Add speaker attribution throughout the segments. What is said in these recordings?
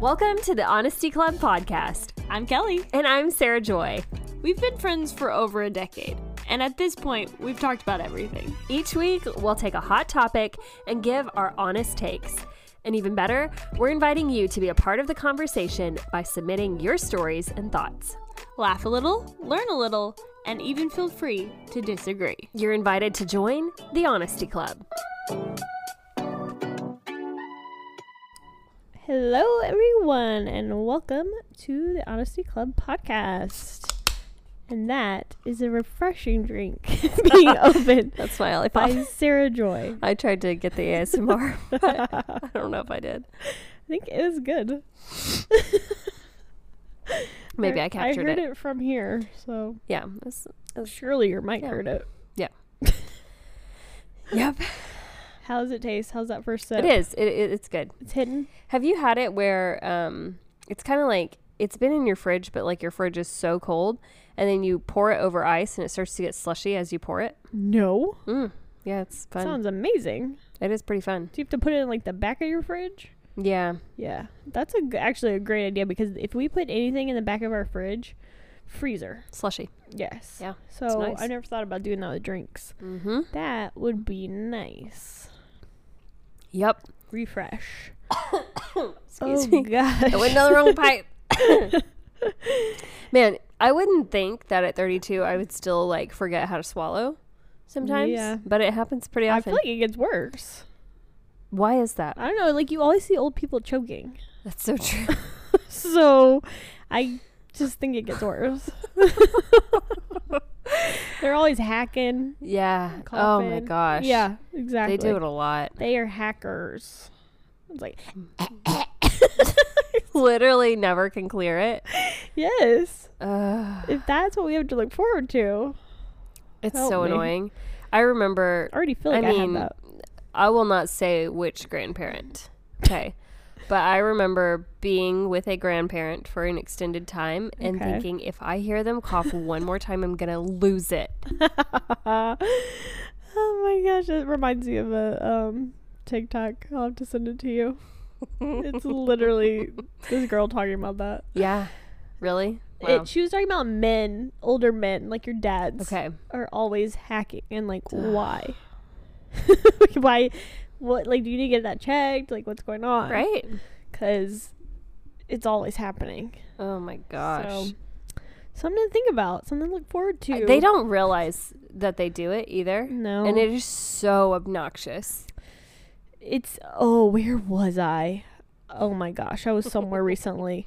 Speaker 1: Welcome to the Honesty Club podcast.
Speaker 2: I'm Kelly.
Speaker 1: And I'm Sarah Joy.
Speaker 2: We've been friends for over a decade, and at this point, we've talked about everything.
Speaker 1: Each week, we'll take a hot topic and give our honest takes. And even better, we're inviting you to be a part of the conversation by submitting your stories and thoughts.
Speaker 2: Laugh a little, learn a little, and even feel free to disagree.
Speaker 1: You're invited to join the Honesty Club.
Speaker 3: Hello, everyone, and welcome to the Honesty Club podcast. And that is a refreshing drink being opened
Speaker 1: That's my only
Speaker 3: by Sarah Joy.
Speaker 1: I tried to get the ASMR, but I don't know if I did.
Speaker 3: I think it is good.
Speaker 1: Maybe I captured
Speaker 3: I heard
Speaker 1: it.
Speaker 3: it. from here, so
Speaker 1: Yeah. it was-
Speaker 2: Oh.
Speaker 3: surely your mic
Speaker 1: Yeah.
Speaker 3: heard it.
Speaker 1: yep.
Speaker 3: How does it taste? How's that first sip?
Speaker 1: It is. It, it, it's good.
Speaker 3: It's hidden.
Speaker 1: Have you had it where um, it's kind of like it's been in your fridge, but like your fridge is so cold, and then you pour it over ice, and it starts to get slushy as you pour it.
Speaker 3: No.
Speaker 1: Mm. Yeah, it's fun.
Speaker 3: Sounds amazing.
Speaker 1: it is pretty fun.
Speaker 3: Do you have to put it in like the back of your fridge?
Speaker 1: Yeah,
Speaker 3: Yeah, that's a g- actually a great idea because if we put anything in the back of our fridge, freezer.
Speaker 1: slushy.
Speaker 3: Yes.
Speaker 1: Yeah,
Speaker 3: So
Speaker 1: nice.
Speaker 3: I never thought about doing that with drinks.
Speaker 1: Mm-hmm.
Speaker 3: That would be nice.
Speaker 1: Yep.
Speaker 3: Refresh.
Speaker 1: Excuse
Speaker 3: oh
Speaker 1: me.
Speaker 3: gosh.
Speaker 1: I went down the wrong pipe. Man, I wouldn't think that at 32 I would still like forget how to swallow sometimes,
Speaker 3: Yeah.
Speaker 1: but it happens pretty
Speaker 3: I
Speaker 1: often.
Speaker 3: feel like it gets worse.
Speaker 1: Why is that?
Speaker 3: I don't know. Like you always see old people choking,
Speaker 1: That's so true.
Speaker 3: so I just think it gets worse. They're always hacking.
Speaker 1: yeah. Oh my
Speaker 3: coughing.
Speaker 1: gosh.
Speaker 3: Yeah, exactly.
Speaker 1: They do it a lot.
Speaker 3: They are hackers. It's like
Speaker 1: Literally never can clear it.
Speaker 3: yes.
Speaker 1: Ugh,
Speaker 3: if that's what we have to look forward to,
Speaker 1: it's
Speaker 3: Help
Speaker 1: so
Speaker 3: me.
Speaker 1: annoying. I remember
Speaker 3: I already feel like
Speaker 1: I
Speaker 3: I,
Speaker 1: mean,
Speaker 3: have that.
Speaker 1: I will not say which grandparent. Okay. but I remember being with a grandparent for an extended time and
Speaker 3: Okay.
Speaker 1: thinking if I hear them cough one more time, I'm going to lose it.
Speaker 3: oh my gosh, it reminds me of a um, TikTok. I'll have to send it to you. it's literally this girl talking about that.
Speaker 1: Yeah. Really? Wow.
Speaker 3: It, she was talking about men, older men, like your dads,
Speaker 1: okay.
Speaker 3: are always hacking and like why? Like, why? What? Like, do you need to get that checked? Like, what's going on?
Speaker 1: Right?
Speaker 3: Because it's always happening.
Speaker 1: Oh my gosh.
Speaker 3: So, something to think about. Something to look forward to.
Speaker 1: Uh, They don't realize that they do it either.
Speaker 3: No.
Speaker 1: And it is so obnoxious.
Speaker 3: it's oh where was i oh my gosh i was somewhere recently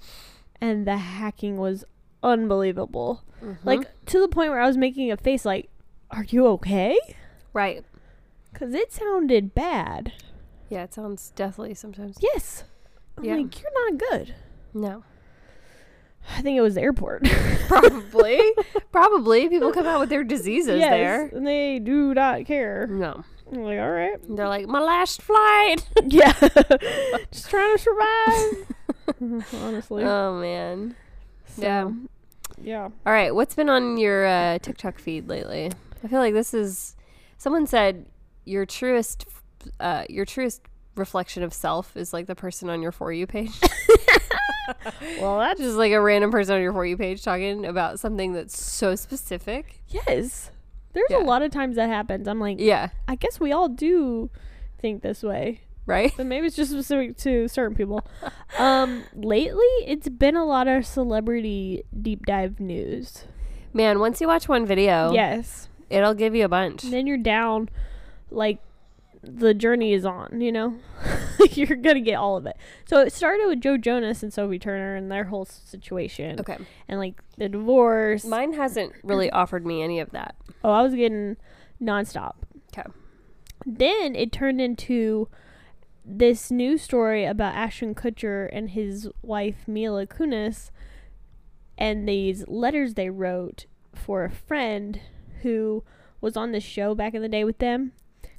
Speaker 3: and the hacking was unbelievable like to the point where i was making a face like are you okay
Speaker 1: Right.
Speaker 3: because it sounded bad
Speaker 1: Yeah, it sounds deathly sometimes.
Speaker 3: yes i'm
Speaker 1: Yeah.
Speaker 3: like you're not good
Speaker 1: No.
Speaker 3: i think it was the airport
Speaker 1: Probably. Probably. People come out with their diseases
Speaker 3: yes
Speaker 1: there. Mm-hmm.
Speaker 3: and they do not care
Speaker 1: No.
Speaker 3: I'm like all right
Speaker 1: And They're like, my last flight.
Speaker 3: yeah just trying to survive honestly
Speaker 1: oh, man. Yeah.
Speaker 3: So, yeah
Speaker 1: All right. What's been on your uh, TikTok feed lately? I feel like this is. Someone said your truest, f- uh, your truest reflection of self is like the person on your for you page.
Speaker 3: well that's
Speaker 1: Just like a random person on your for you page talking about something that's so specific.
Speaker 3: yes there's
Speaker 1: Yeah.
Speaker 3: a lot of times that happens i'm like
Speaker 1: Yeah.
Speaker 3: I guess we all do think this way,
Speaker 1: Right.
Speaker 3: but maybe it's just specific to certain people. um, lately, it's been a lot of celebrity deep dive news.
Speaker 1: Man, once you watch one video,
Speaker 3: Yes,
Speaker 1: it'll give you a bunch.
Speaker 3: and then you're down, like the journey is on. You know, you're gonna get all of it. So it started with Joe Jonas and Sophie Turner and their whole situation,
Speaker 1: Okay.
Speaker 3: and like the divorce.
Speaker 1: Mine hasn't really offered me any of that.
Speaker 3: oh, I was getting nonstop.
Speaker 1: Okay.
Speaker 3: then it turned into this news story about Ashton Kutcher and his wife Mila Kunis and these letters they wrote for a friend who was on this show back in the day with them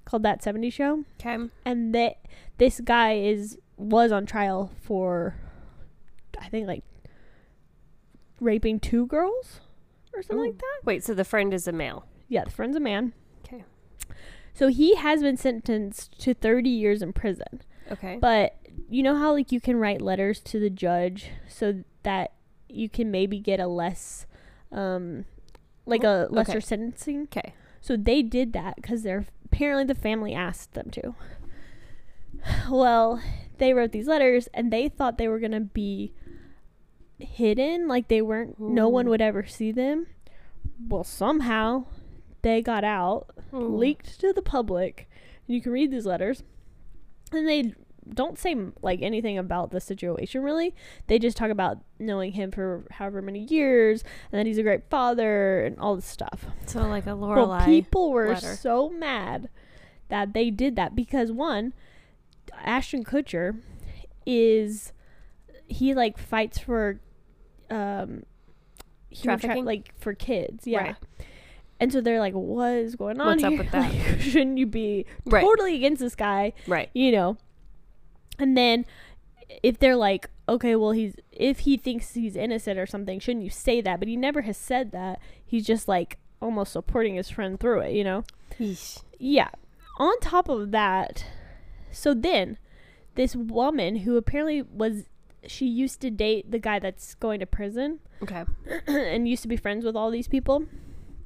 Speaker 3: called that 70 show
Speaker 1: Okay.
Speaker 3: and that this guy is was on trial for I think like raping two girls or something like that.
Speaker 1: Wait, so the friend is a male.
Speaker 3: Yeah, the friend's a man.
Speaker 1: Okay.
Speaker 3: So he has been sentenced to 30 years in prison.
Speaker 1: Okay.
Speaker 3: But you know how like you can write letters to the judge so that you can maybe get a less um like a lesser
Speaker 1: Okay.
Speaker 3: sentencing
Speaker 1: Okay.
Speaker 3: so they did that because they're apparently the family asked them to well they wrote these letters and they thought they were gonna be hidden like they weren't no one
Speaker 1: Ooh.
Speaker 3: would ever see them well somehow they got out
Speaker 1: Hmm.
Speaker 3: leaked to the public and you can read these letters and they don't say like anything about the situation really they just talk about knowing him for however many years and that he's a great father and all this stuff
Speaker 1: So like a
Speaker 3: well,
Speaker 1: Lorelai.
Speaker 3: people were
Speaker 1: letter.
Speaker 3: so mad that they did that because one ashton kutcher is he like fights for um human tra-
Speaker 1: Trafficking?
Speaker 3: like for kids yeah
Speaker 1: Right.
Speaker 3: and so they're like what is going on
Speaker 1: What's up
Speaker 3: here?
Speaker 1: with that?
Speaker 3: Like, shouldn't you be
Speaker 1: right.
Speaker 3: totally against this guy
Speaker 1: Right.
Speaker 3: you know and then if they're like okay well he's if he thinks he's innocent or something shouldn't you say that but he never has said that he's just like almost supporting his friend through it you know yeah on top of that so then this woman who apparently was she used to date the guy that's going to prison
Speaker 1: Okay.
Speaker 3: and used to be friends with all these people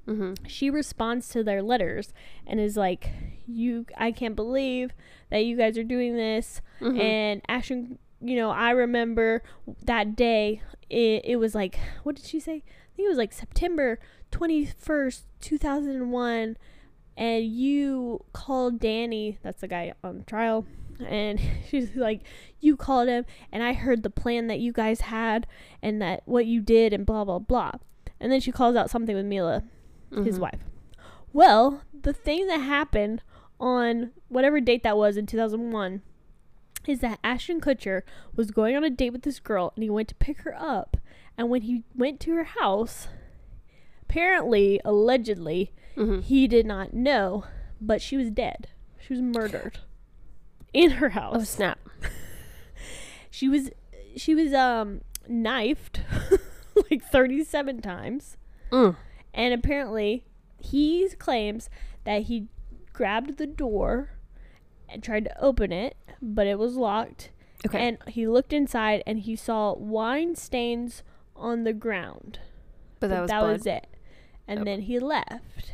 Speaker 1: Mm-hmm.
Speaker 3: she responds to their letters and is like you i can't believe that you guys are doing this
Speaker 1: Mm-hmm.
Speaker 3: and Ashton, you know, I remember that day. It, it was like, what did she say? I think it was like September 21st, 2001. And you called Danny, that's the guy on trial. And she's like, you called him, and I heard the plan that you guys had and that what you did, and blah, blah, blah. And then she calls out something with Mila
Speaker 1: Mm-hmm.
Speaker 3: his wife. Well, the thing that happened on whatever date that was in 2001 is that Ashton Kutcher was going on a date with this girl and he went to pick her up. And when he went to her house, apparently, allegedly,
Speaker 1: Mhm.
Speaker 3: he did not know, but she was dead. She was murdered in her house.
Speaker 1: Oh snap.
Speaker 3: She was she was um knifed like 37 times.
Speaker 1: Mm.
Speaker 3: And apparently, he claims that he grabbed the door and tried to open it, but it was locked.
Speaker 1: Okay.
Speaker 3: And he looked inside and he saw wine stains on the ground.
Speaker 1: but Oh, that was
Speaker 3: that
Speaker 1: blood.
Speaker 3: was it. And
Speaker 1: Oh.
Speaker 3: then he left.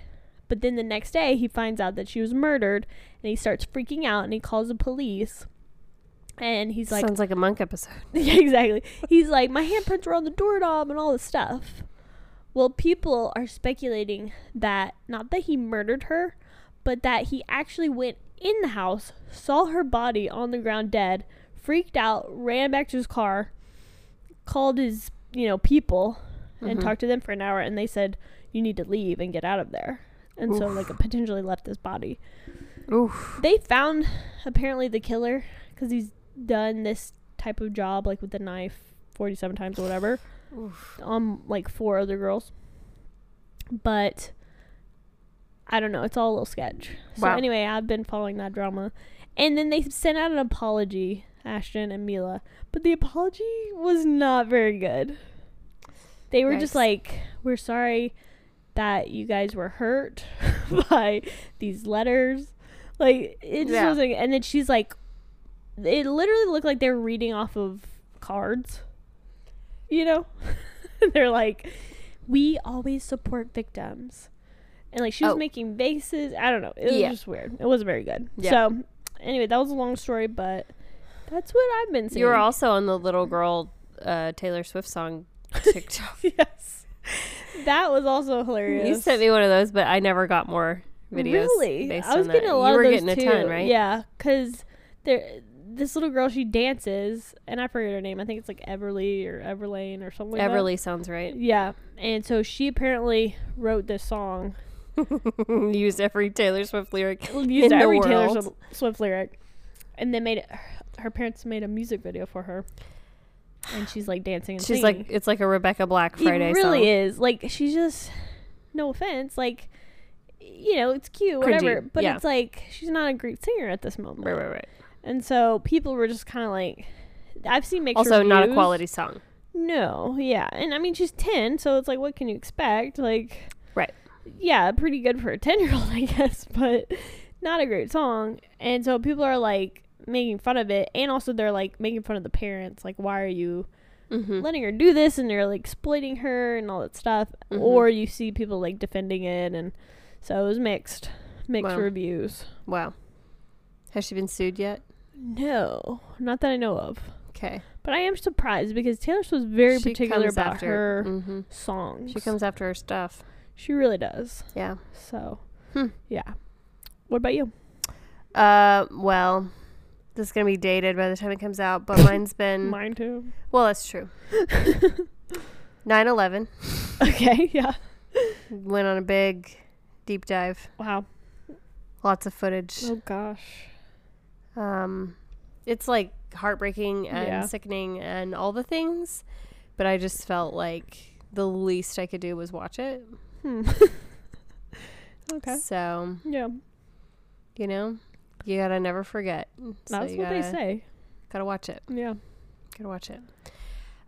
Speaker 3: But then the next day, he finds out that she was murdered and he starts freaking out and he calls the police. And he's like,
Speaker 1: Sounds like a monk episode.
Speaker 3: yeah, exactly. He's like, my handprints were on the doorknob and all this stuff. Well, people are speculating that not that he murdered her, but that he actually went in the house, saw her body on the ground dead, freaked out, ran back to his car, called his, you know, people and
Speaker 1: Mhm.
Speaker 3: talked to them for an hour and they said, You need to leave and get out of there. And so
Speaker 1: Oof.
Speaker 3: like potentially left his body
Speaker 1: Oof.
Speaker 3: they found apparently the killer because he's done this type of job like with the knife 47 times or whatever um like four other girls but i don't know it's all a little sketch so
Speaker 1: Wow.
Speaker 3: anyway i've been following that drama and then they sent out an apology ashton and mila but the apology was not very good they were just
Speaker 1: Yikes.
Speaker 3: like we're sorry that you guys were hurt by these letters like it just
Speaker 1: Yeah.
Speaker 3: wasn't and then she's like it literally looked like they were reading off of cards you know they're like we always support victims and like she was
Speaker 1: Oh.
Speaker 3: making vases i don't know it was
Speaker 1: Yeah.
Speaker 3: just weird it wasn't very good
Speaker 1: Yeah.
Speaker 3: so anyway that was a long story but that's what i've been seeing
Speaker 1: You were also on the little girl uh, Taylor Swift song TikTok.
Speaker 3: yes that was also hilarious
Speaker 1: you sent me one of those, but I never got more videos.
Speaker 3: Really,
Speaker 1: based
Speaker 3: I was
Speaker 1: on
Speaker 3: getting
Speaker 1: that.
Speaker 3: a lot
Speaker 1: You were
Speaker 3: of those
Speaker 1: getting a
Speaker 3: too.
Speaker 1: ton, right?
Speaker 3: Yeah, because there, this little girl she dances, and I forget her name. I think it's like Everly or Everlane or something. like that.
Speaker 1: Everly sounds right.
Speaker 3: Yeah, and so she apparently wrote this song.
Speaker 1: Used every Taylor Swift lyric.
Speaker 3: Used
Speaker 1: the
Speaker 3: every Taylor
Speaker 1: world.
Speaker 3: Swi- Swift lyric, and then made it, her parents made a music video for her, and she's like dancing. And
Speaker 1: She's
Speaker 3: singing.
Speaker 1: like, it's like a Rebecca Black Friday
Speaker 3: it really
Speaker 1: song.
Speaker 3: is like she's just no offense like you know it's cute
Speaker 1: Cringy,
Speaker 3: whatever but
Speaker 1: yeah.
Speaker 3: it's like she's not a great singer at this moment
Speaker 1: Right, right, right.
Speaker 3: and so people were just kind of like i've seen mixed
Speaker 1: Also, not a
Speaker 3: reviews.
Speaker 1: quality song.
Speaker 3: no yeah and i mean she's 10 so it's like what can you expect like
Speaker 1: Right.
Speaker 3: yeah pretty good for a 10 year old i guess but not a great song and so people are like making fun of it, and also they're like making fun of the parents. Like, why are you
Speaker 1: Mm-hmm.
Speaker 3: letting her do this? And they're like exploiting her and all that stuff.
Speaker 1: Mhm.
Speaker 3: Or you see people like defending it, and so it was mixed, mixed
Speaker 1: Wow.
Speaker 3: reviews.
Speaker 1: Wow. Has she been sued yet?
Speaker 3: No, not that I know of.
Speaker 1: Okay.
Speaker 3: But I am surprised because Taylor Swift was very
Speaker 1: She
Speaker 3: particular
Speaker 1: comes
Speaker 3: about
Speaker 1: after-
Speaker 3: her
Speaker 1: mhm.
Speaker 3: songs.
Speaker 1: She comes after her stuff.
Speaker 3: She really does.
Speaker 1: Yeah.
Speaker 3: So,
Speaker 1: Hmm.
Speaker 3: yeah. What about you?
Speaker 1: Uh, well, this is gonna be dated by the time it comes out, but mine's been
Speaker 3: Mine too.
Speaker 1: well. That's true. 9/11
Speaker 3: Okay. Yeah.
Speaker 1: went on a big deep dive.
Speaker 3: Wow.
Speaker 1: Lots of footage.
Speaker 3: Oh gosh.
Speaker 1: Um, it's like heartbreaking and
Speaker 3: Yeah.
Speaker 1: sickening and all the things, but I just felt like the least I could do was watch it.
Speaker 3: Hmm. okay.
Speaker 1: So
Speaker 3: Yeah.
Speaker 1: you know, you gotta never forget. So
Speaker 3: That's
Speaker 1: you
Speaker 3: what they
Speaker 1: gotta-
Speaker 3: say.
Speaker 1: Gotta watch it.
Speaker 3: Yeah.
Speaker 1: Gotta watch it.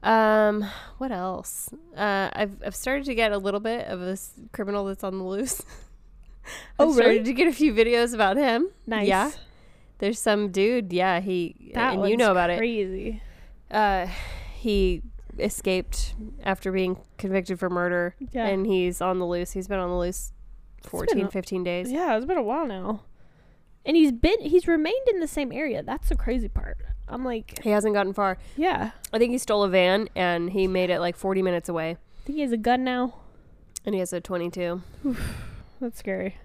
Speaker 1: Um, what else? Uh, I've I've started to get a little bit of this criminal that's on the loose.
Speaker 3: Oh,
Speaker 1: I've started
Speaker 3: really?
Speaker 1: to get a few videos about him.
Speaker 3: Nice.
Speaker 1: Yeah. There's some dude. Yeah, he
Speaker 3: That
Speaker 1: and you know about it.
Speaker 3: Crazy.
Speaker 1: Uh, he escaped after being convicted for murder,
Speaker 3: Yeah.
Speaker 1: and he's on the loose. He's been on the loose
Speaker 3: been
Speaker 1: 14,
Speaker 3: a-
Speaker 1: 15 days.
Speaker 3: yeah. It's been a while now. And he's been he's remained in the same area. That's the crazy part. I'm like,
Speaker 1: He hasn't gotten far.
Speaker 3: yeah.
Speaker 1: I think he stole a van and he made it like 40 minutes away,
Speaker 3: I think he has a gun now.
Speaker 1: and he has a 22.
Speaker 3: That's scary.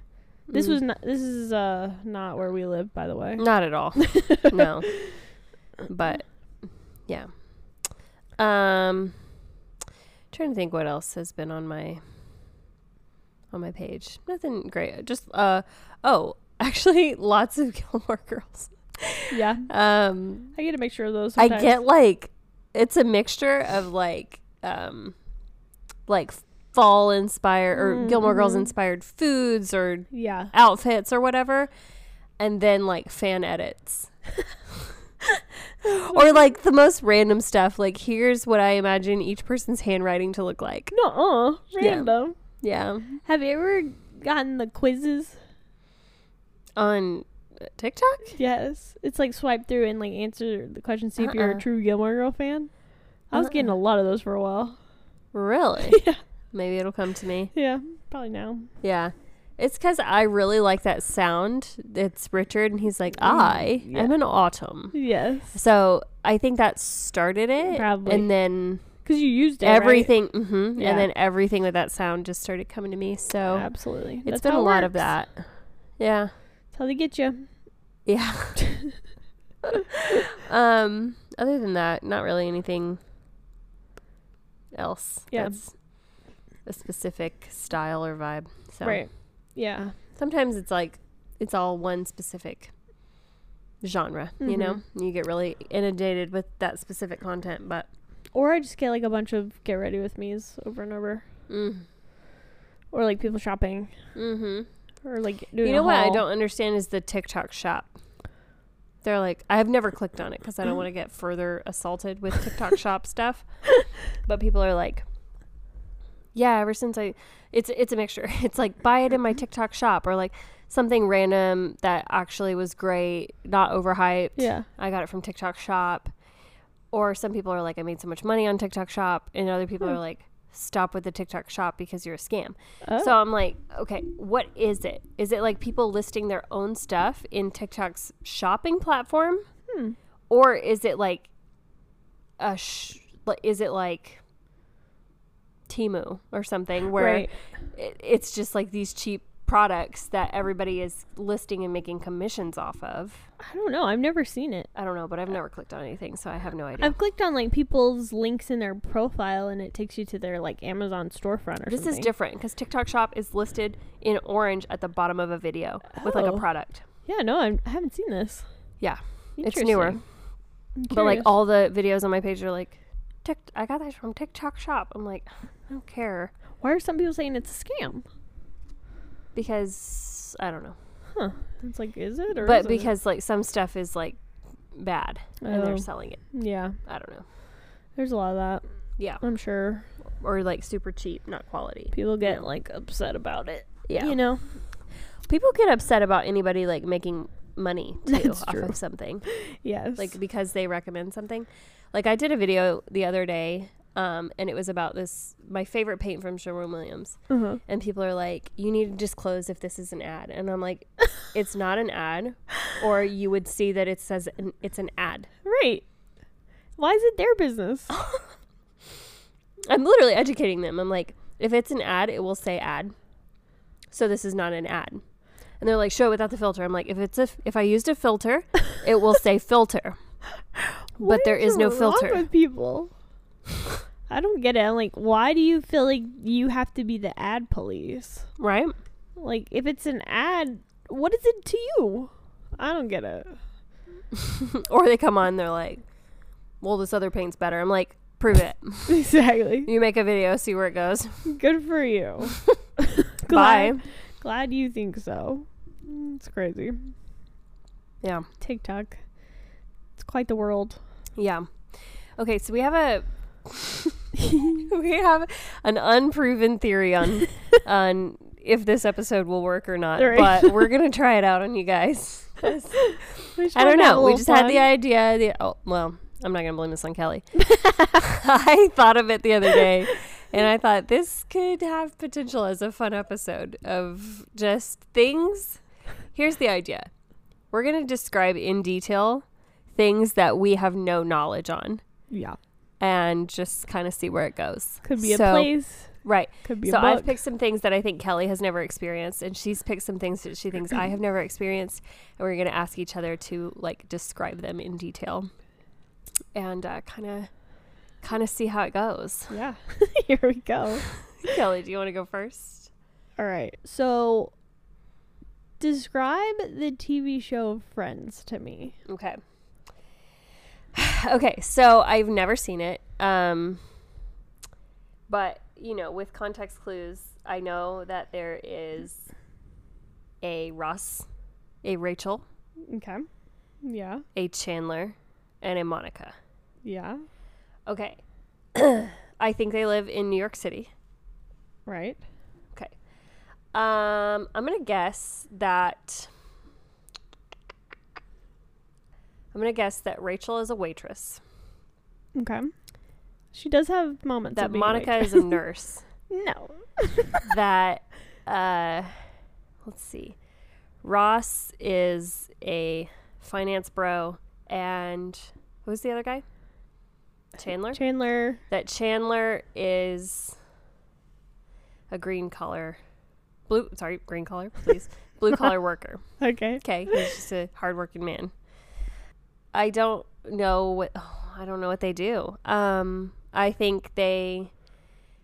Speaker 3: This
Speaker 1: Mm.
Speaker 3: was not. This is uh not where we live, by the way.
Speaker 1: Not at all. no. But yeah. Um trying to think what else has been on my on my page. Nothing great. Just uh oh, actually lots of Gilmore girls.
Speaker 3: Yeah,
Speaker 1: Um
Speaker 3: I get to make sure of those.
Speaker 1: I
Speaker 3: Sometimes.
Speaker 1: get like it's a mixture of like um like fall inspired or Gilmore Girls
Speaker 3: Mhm.
Speaker 1: inspired foods or
Speaker 3: Yeah.
Speaker 1: outfits or whatever and then like fan edits or like the most random stuff like here's what i imagine each person's handwriting to look like
Speaker 3: No, uh,
Speaker 1: Yeah.
Speaker 3: random.
Speaker 1: yeah
Speaker 3: Have you ever gotten the quizzes?
Speaker 1: on tiktok
Speaker 3: Yes, it's like swipe through and like answer the question, see if you're
Speaker 1: Uh-uh.
Speaker 3: a true Gilmore Girl fan. I was getting a lot of those for a while.
Speaker 1: really
Speaker 3: yeah,
Speaker 1: maybe it'll come to me
Speaker 3: yeah, probably now.
Speaker 1: yeah it's because i really like that sound it's richard and he's like i
Speaker 3: Mm, yeah.
Speaker 1: am an autumn
Speaker 3: Yes,
Speaker 1: so i think that started it
Speaker 3: Probably.
Speaker 1: and then
Speaker 3: because you used it, right?
Speaker 1: everything hmm
Speaker 3: Yeah.
Speaker 1: and then everything with that sound just started coming to me so
Speaker 3: Absolutely.
Speaker 1: It's
Speaker 3: That's
Speaker 1: been
Speaker 3: how
Speaker 1: a
Speaker 3: it
Speaker 1: lot of
Speaker 3: works.
Speaker 1: that. Yeah.
Speaker 3: That's how they get you.
Speaker 1: Yeah. um other than that, not really anything else.
Speaker 3: Yeah.
Speaker 1: That's a specific style or vibe. So
Speaker 3: Right. Yeah.
Speaker 1: sometimes it's like it's all one specific genre, you know? You get really inundated with that specific content, but
Speaker 3: Or I just get like a bunch of get ready with me's over and over,
Speaker 1: mm.
Speaker 3: or like people shopping,
Speaker 1: Mhm.
Speaker 3: or like doing.
Speaker 1: You
Speaker 3: a
Speaker 1: know what I
Speaker 3: haul.
Speaker 1: don't understand is the TikTok shop. They're like, I've never clicked on it because I don't want to get further assaulted with TikTok shop stuff. But people are like, yeah, ever since I, it's it's a mixture. It's like buy it in my TikTok shop or like something random that actually was great, not overhyped.
Speaker 3: Yeah.
Speaker 1: I got it from TikTok shop. Or some people are like, I made so much money on TikTok shop, and other people are like, stop with the TikTok shop because you're a scam.
Speaker 3: Oh.
Speaker 1: So I'm like, okay, what is it? Is it like people listing their own stuff in TikTok's shopping platform,
Speaker 3: Hmm.
Speaker 1: or is it like a sh- li- is it like Timu or something where
Speaker 3: Right.
Speaker 1: it, it's just like these cheap products that everybody is listing and making commissions off of?
Speaker 3: I don't know. I've never seen it.
Speaker 1: I don't know, but
Speaker 3: Uh,
Speaker 1: I've never clicked on anything, so I have no idea.
Speaker 3: I've clicked on like people's links in their profile and it takes you to their like Amazon storefront or
Speaker 1: this is
Speaker 3: something.
Speaker 1: different because TikTok Shop is listed in orange at the bottom of a video with like a
Speaker 3: Oh.
Speaker 1: product.
Speaker 3: yeah, no, I'm, I haven't seen this.
Speaker 1: Yeah, it's newer.
Speaker 3: Interesting. I'm
Speaker 1: But like
Speaker 3: curious.
Speaker 1: all the videos on my page are like, Tik I got this from TikTok shop. I'm like, I don't care
Speaker 3: why are some people saying it's a scam?
Speaker 1: because I don't know.
Speaker 3: Huh? It's like, is it or?
Speaker 1: But
Speaker 3: isn't it?
Speaker 1: because like some stuff is like bad and
Speaker 3: Oh.
Speaker 1: they're selling it.
Speaker 3: yeah,
Speaker 1: I don't know.
Speaker 3: there's a lot of that.
Speaker 1: Yeah,
Speaker 3: I'm sure
Speaker 1: or like super cheap, not quality.
Speaker 3: people get like upset about it.
Speaker 1: Yeah,
Speaker 3: You know?
Speaker 1: people get upset about anybody like making money too
Speaker 3: That's
Speaker 1: off
Speaker 3: true.
Speaker 1: of something.
Speaker 3: Yes.
Speaker 1: like because they recommend something. Like I did a video the other day, um, and it was about this my favorite paint from Sherwin Williams,
Speaker 3: uh-huh.
Speaker 1: and people are like, "You need to disclose if this is an ad," and I'm like, "It's not an ad, or you would see that it says an, it's an ad."
Speaker 3: right. Why is it their business?
Speaker 1: I'm literally educating them. I'm like, "If it's an ad, it will say ad," so this is not an ad. And they're like, "Show it without the filter." I'm like, "If it's a f- if I used a filter, it will say filter."
Speaker 3: What
Speaker 1: there is no
Speaker 3: wrong
Speaker 1: filter.
Speaker 3: with people. I don't get it. I'm like, why do you feel like you have to be the ad police?
Speaker 1: Right?
Speaker 3: Like, if it's an ad, what is it to you? I don't get it.
Speaker 1: or they come on and they're like well this other paint's better i'm like prove it
Speaker 3: exactly.
Speaker 1: you make a video see where it goes
Speaker 3: Good for you.
Speaker 1: bye
Speaker 3: glad, glad you think so. Mm, It's crazy.
Speaker 1: yeah
Speaker 3: TikTok. It's quite the world.
Speaker 1: yeah okay so we have a we have an unproven theory on on if this episode will work or not
Speaker 3: Right.
Speaker 1: but we're gonna try it out on you guys i don't know we just had the idea the oh well i'm not gonna blame this on kelly i thought of it the other day and i thought this could have potential as a fun episode of just things here's the idea we're gonna describe in detail things that we have no knowledge on
Speaker 3: Yeah.
Speaker 1: and just kind of see where it goes.
Speaker 3: Could be
Speaker 1: So-
Speaker 3: a place.
Speaker 1: Right.
Speaker 3: Could be
Speaker 1: so
Speaker 3: a book.
Speaker 1: I've picked some things that I think Kelly has never experienced, and she's picked some things that she thinks I have never experienced, and we're gonna ask each other to like describe them in detail, and uh, kind of, kind of see how it goes.
Speaker 3: yeah. Here we go.
Speaker 1: Kelly, do you want to go first?
Speaker 3: All right. So describe the TV show Friends to me.
Speaker 1: Okay. okay, so I've never seen it. Um but, you know, with context clues, I know that there is a Ross, a Rachel,
Speaker 3: Okay. Yeah.
Speaker 1: a Chandler, and a Monica.
Speaker 3: Yeah.
Speaker 1: Okay. I think they live in New York City.
Speaker 3: Right.
Speaker 1: Okay. Um, I'm gonna guess that I'm gonna guess that Rachel is a waitress.
Speaker 3: Okay. She does have moments
Speaker 1: that
Speaker 3: of being
Speaker 1: Monica
Speaker 3: like-
Speaker 1: is a nurse.
Speaker 3: no.
Speaker 1: that uh, let's see, Ross is a finance bro, and who's the other guy? Chandler.
Speaker 3: Chandler.
Speaker 1: that Chandler is a green collar, blue. Sorry, green collar, please. blue collar worker.
Speaker 3: Okay.
Speaker 1: Okay, he's just a hardworking man. I don't know what oh, I don't know what they do. Um, I think they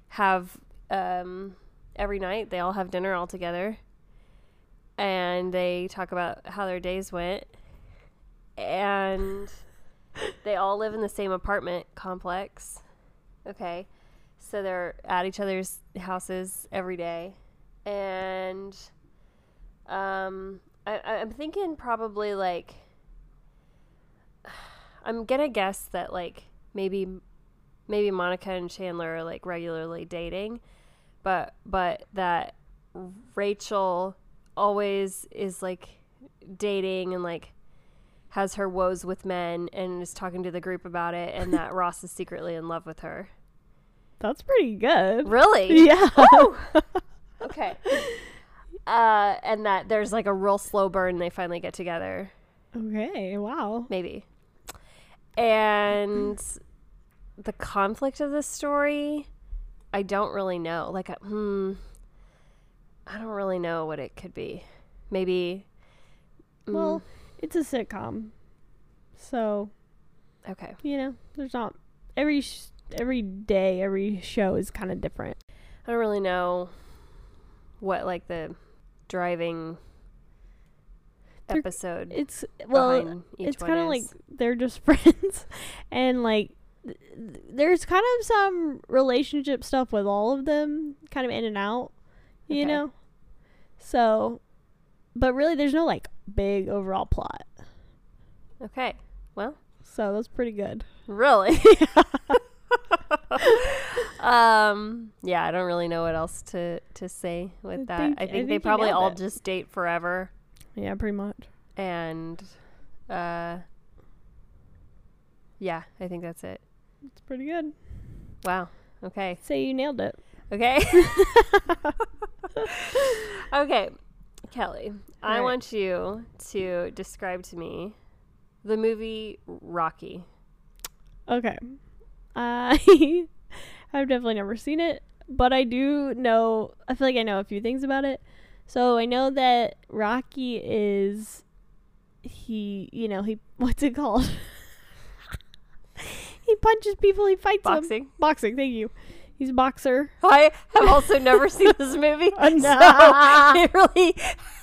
Speaker 1: have um, every night they all have dinner all together, and they talk about how their days went, and they all live in the same apartment complex. Okay, so they're at each other's houses every day, and um, I, I- I'm thinking probably like I'm gonna guess that like maybe maybe Monica and Chandler are like regularly dating, but but that Rachel always is like dating and like has her woes with men and is talking to the group about it and that Ross is secretly in love with her.
Speaker 3: That's pretty good.
Speaker 1: Really?
Speaker 3: Yeah.
Speaker 1: Okay. Uh, and that there's like a real slow burn they finally get together.
Speaker 3: okay. Wow.
Speaker 1: maybe. And the conflict of this story, I don't really know. Like, I- hmm, I don't really know what it could be. Maybe. mm,
Speaker 3: Well, it's a sitcom. So,
Speaker 1: okay.
Speaker 3: you know, there's not every sh- every day, every show is kind of different.
Speaker 1: I don't really know what like the driving
Speaker 3: There-
Speaker 1: episode.
Speaker 3: It's well,
Speaker 1: behind each
Speaker 3: it's
Speaker 1: one
Speaker 3: kind of
Speaker 1: is.
Speaker 3: like they're just friends and like th- th- there's kind of some relationship stuff with all of them kind of in and out you
Speaker 1: Okay.
Speaker 3: know so but really there's no like big overall plot
Speaker 1: okay.
Speaker 3: so that's pretty good
Speaker 1: Really? um yeah, I don't really know what else to to say with
Speaker 3: I
Speaker 1: that.
Speaker 3: think-
Speaker 1: I
Speaker 3: I
Speaker 1: think they
Speaker 3: think you
Speaker 1: probably
Speaker 3: nailed
Speaker 1: all
Speaker 3: it.
Speaker 1: just date forever
Speaker 3: yeah pretty much
Speaker 1: and uh, yeah, I think that's it.
Speaker 3: It's pretty good.
Speaker 1: Wow. Okay.
Speaker 3: Say you nailed it.
Speaker 1: Okay. okay, Kelly, I
Speaker 3: Alright.
Speaker 1: want you to describe to me the movie Rocky.
Speaker 3: Okay. I I've definitely never seen it, but I do know I feel like I know a few things about it. So I know that Rocky is he you know, he what's it called? he punches people, he fights them.
Speaker 1: Boxing.
Speaker 3: Boxing, thank you. He's a boxer.
Speaker 1: I have also never seen this movie.
Speaker 3: Oh, no.
Speaker 1: So I really,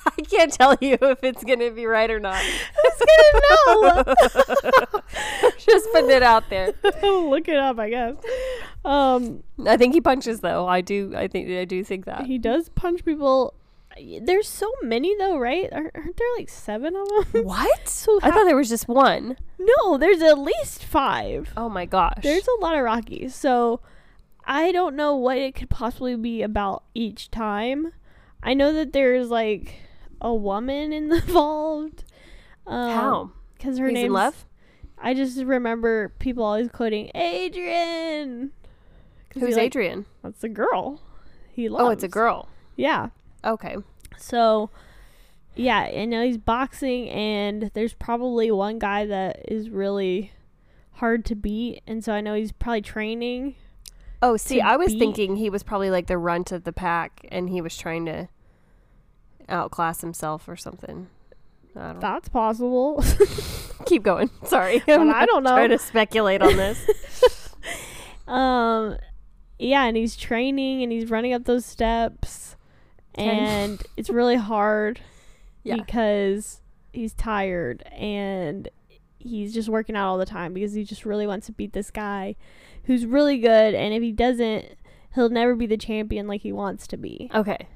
Speaker 1: I can't tell you if it's going to be right or not.
Speaker 3: Who's gonna
Speaker 1: Just putting it out there.
Speaker 3: know? Look it up, I guess. Um
Speaker 1: I think he punches though. I do. I think I do think that.
Speaker 3: he does punch people. There's so many though, right? Aren't aren't there like seven of them?
Speaker 1: What?
Speaker 3: So
Speaker 1: I thought there was just one.
Speaker 3: No, there's at least five.
Speaker 1: Oh my gosh.
Speaker 3: There's a lot of Rockies, so I don't know what it could possibly be about each time. I know that there's like a woman involved. Um,
Speaker 1: how?
Speaker 3: Because her
Speaker 1: He's
Speaker 3: name's
Speaker 1: in love.
Speaker 3: I just remember people always quoting Adrian. 'Cause he,
Speaker 1: Who's
Speaker 3: like,
Speaker 1: Adrian?
Speaker 3: That's a girl. He loves.
Speaker 1: Oh, it's a girl.
Speaker 3: Yeah.
Speaker 1: Okay.
Speaker 3: So, yeah, I know he's boxing, and there's probably one guy that is really hard to beat, and so I know he's probably training.
Speaker 1: Oh, see,
Speaker 3: To
Speaker 1: I was
Speaker 3: beat-
Speaker 1: thinking he was probably like the runt of the pack, and he was trying to outclass himself or something. I don't
Speaker 3: That's possible.
Speaker 1: Keep going. Sorry,
Speaker 3: Well,
Speaker 1: I'm
Speaker 3: I don't know.
Speaker 1: Trying to speculate on this.
Speaker 3: um, yeah, and he's training, and he's running up those steps,
Speaker 1: Okay.
Speaker 3: and it's really hard
Speaker 1: Yeah.
Speaker 3: because he's tired and he's just working out all the time because he just really wants to beat this guy who's really good, and if he doesn't. He'll never be the champion like he wants to be.
Speaker 1: okay.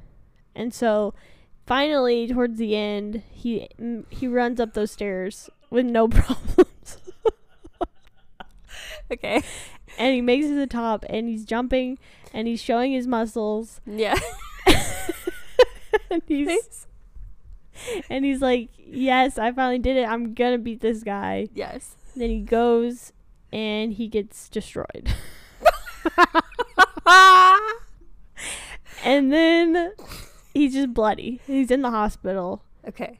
Speaker 3: And so finally towards the end he mm, he runs up those stairs with no problems
Speaker 1: Okay.
Speaker 3: and he makes it to the top and he's jumping and he's showing his muscles
Speaker 1: Yeah.
Speaker 3: and he's and he's like yes i finally did it i'm gonna beat this guy
Speaker 1: yes.
Speaker 3: then he goes and he gets destroyed and then he's just bloody he's in the hospital
Speaker 1: okay.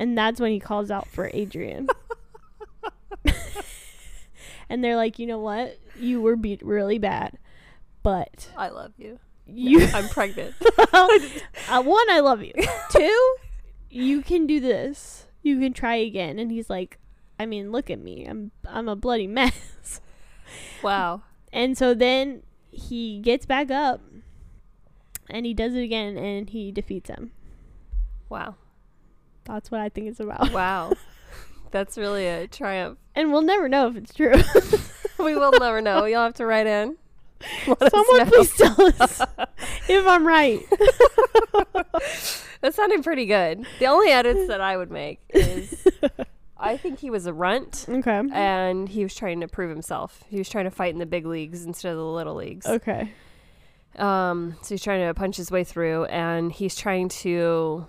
Speaker 3: And that's when he calls out for Adrian. and they're like, you know what? You were beat really bad. But
Speaker 1: I love you.
Speaker 3: you,
Speaker 1: I'm pregnant.
Speaker 3: uh, one, I love you. Two, you can do this. You can try again. And he's like, I mean, look at me. I'm I'm a bloody mess.
Speaker 1: Wow.
Speaker 3: And so then he gets back up, and he does it again, and he defeats him.
Speaker 1: Wow.
Speaker 3: That's what I think it's about.
Speaker 1: Wow. That's really a triumph.
Speaker 3: And we'll never know if it's true.
Speaker 1: We will never know. You'll have to write in. Let us know.
Speaker 3: Someone please tell us if I'm right.
Speaker 1: That sounded pretty good. The only edits that I would make is I think he was a runt
Speaker 3: Okay.
Speaker 1: and he was trying to prove himself. He was trying to fight in the big leagues instead of the little leagues.
Speaker 3: Okay.
Speaker 1: Um, so he's trying to punch his way through, and he's trying to,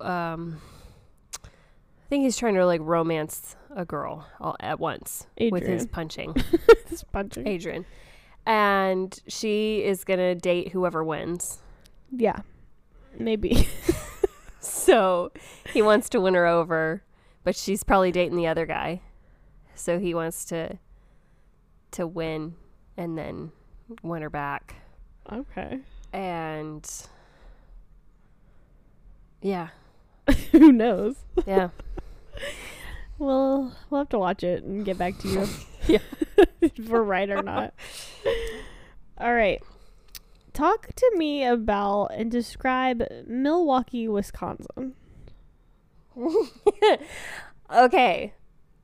Speaker 1: um, I think he's trying to like romance a girl all at once with his
Speaker 3: Adrian.
Speaker 1: punching,
Speaker 3: This punching.
Speaker 1: Adrian, and she is gonna date whoever wins.
Speaker 3: Yeah. Maybe.
Speaker 1: So he wants to win her over, but she's probably dating the other guy. So he wants to to win and then win her back.
Speaker 3: Okay.
Speaker 1: And yeah,
Speaker 3: Who knows?
Speaker 1: yeah.
Speaker 3: Well, we'll have to watch it and get back to you.
Speaker 1: Yeah.
Speaker 3: if we're right or not. All right. Talk to me about and describe Milwaukee, Wisconsin.
Speaker 1: okay.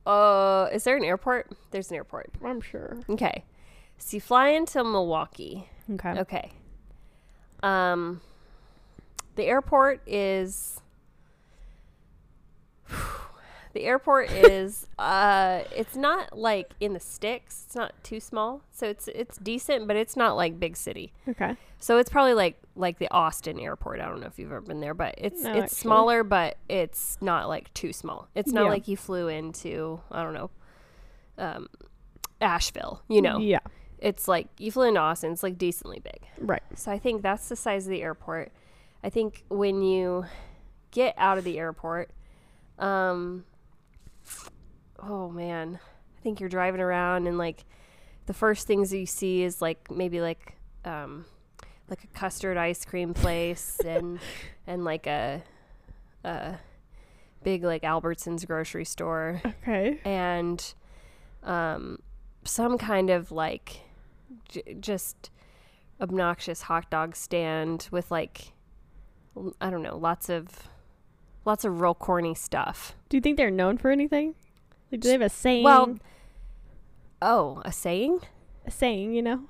Speaker 1: Uh, is there an airport? There's an airport.
Speaker 3: I'm sure.
Speaker 1: Okay. So you fly into Milwaukee.
Speaker 3: Okay.
Speaker 1: Okay. Um, the airport is. The airport is uh it's not like in the sticks. It's not too small. So it's it's decent, but it's not like big city.
Speaker 3: Okay.
Speaker 1: So it's probably like like the Austin airport. I don't know if you've ever been there, but it's
Speaker 3: No,
Speaker 1: it's
Speaker 3: actually.
Speaker 1: smaller, but it's not like too small. It's not
Speaker 3: Yeah.
Speaker 1: like you flew into, I don't know, um Asheville, you know.
Speaker 3: Yeah.
Speaker 1: It's like you flew into Austin, it's like decently big.
Speaker 3: Right.
Speaker 1: So I think that's the size of the airport. I think when you get out of the airport, um, oh man, I think you're driving around and like the first things that you see is like maybe like um, like a custard ice cream place and and like a a big like Albertsons grocery store
Speaker 3: Okay.
Speaker 1: and um, some kind of like j- just obnoxious hot dog stand with like l- I don't know, lots of lots of real corny stuff.
Speaker 3: Do you think they're known for anything? Like, do they have a saying?
Speaker 1: Well, oh, a saying?
Speaker 3: a saying, you know?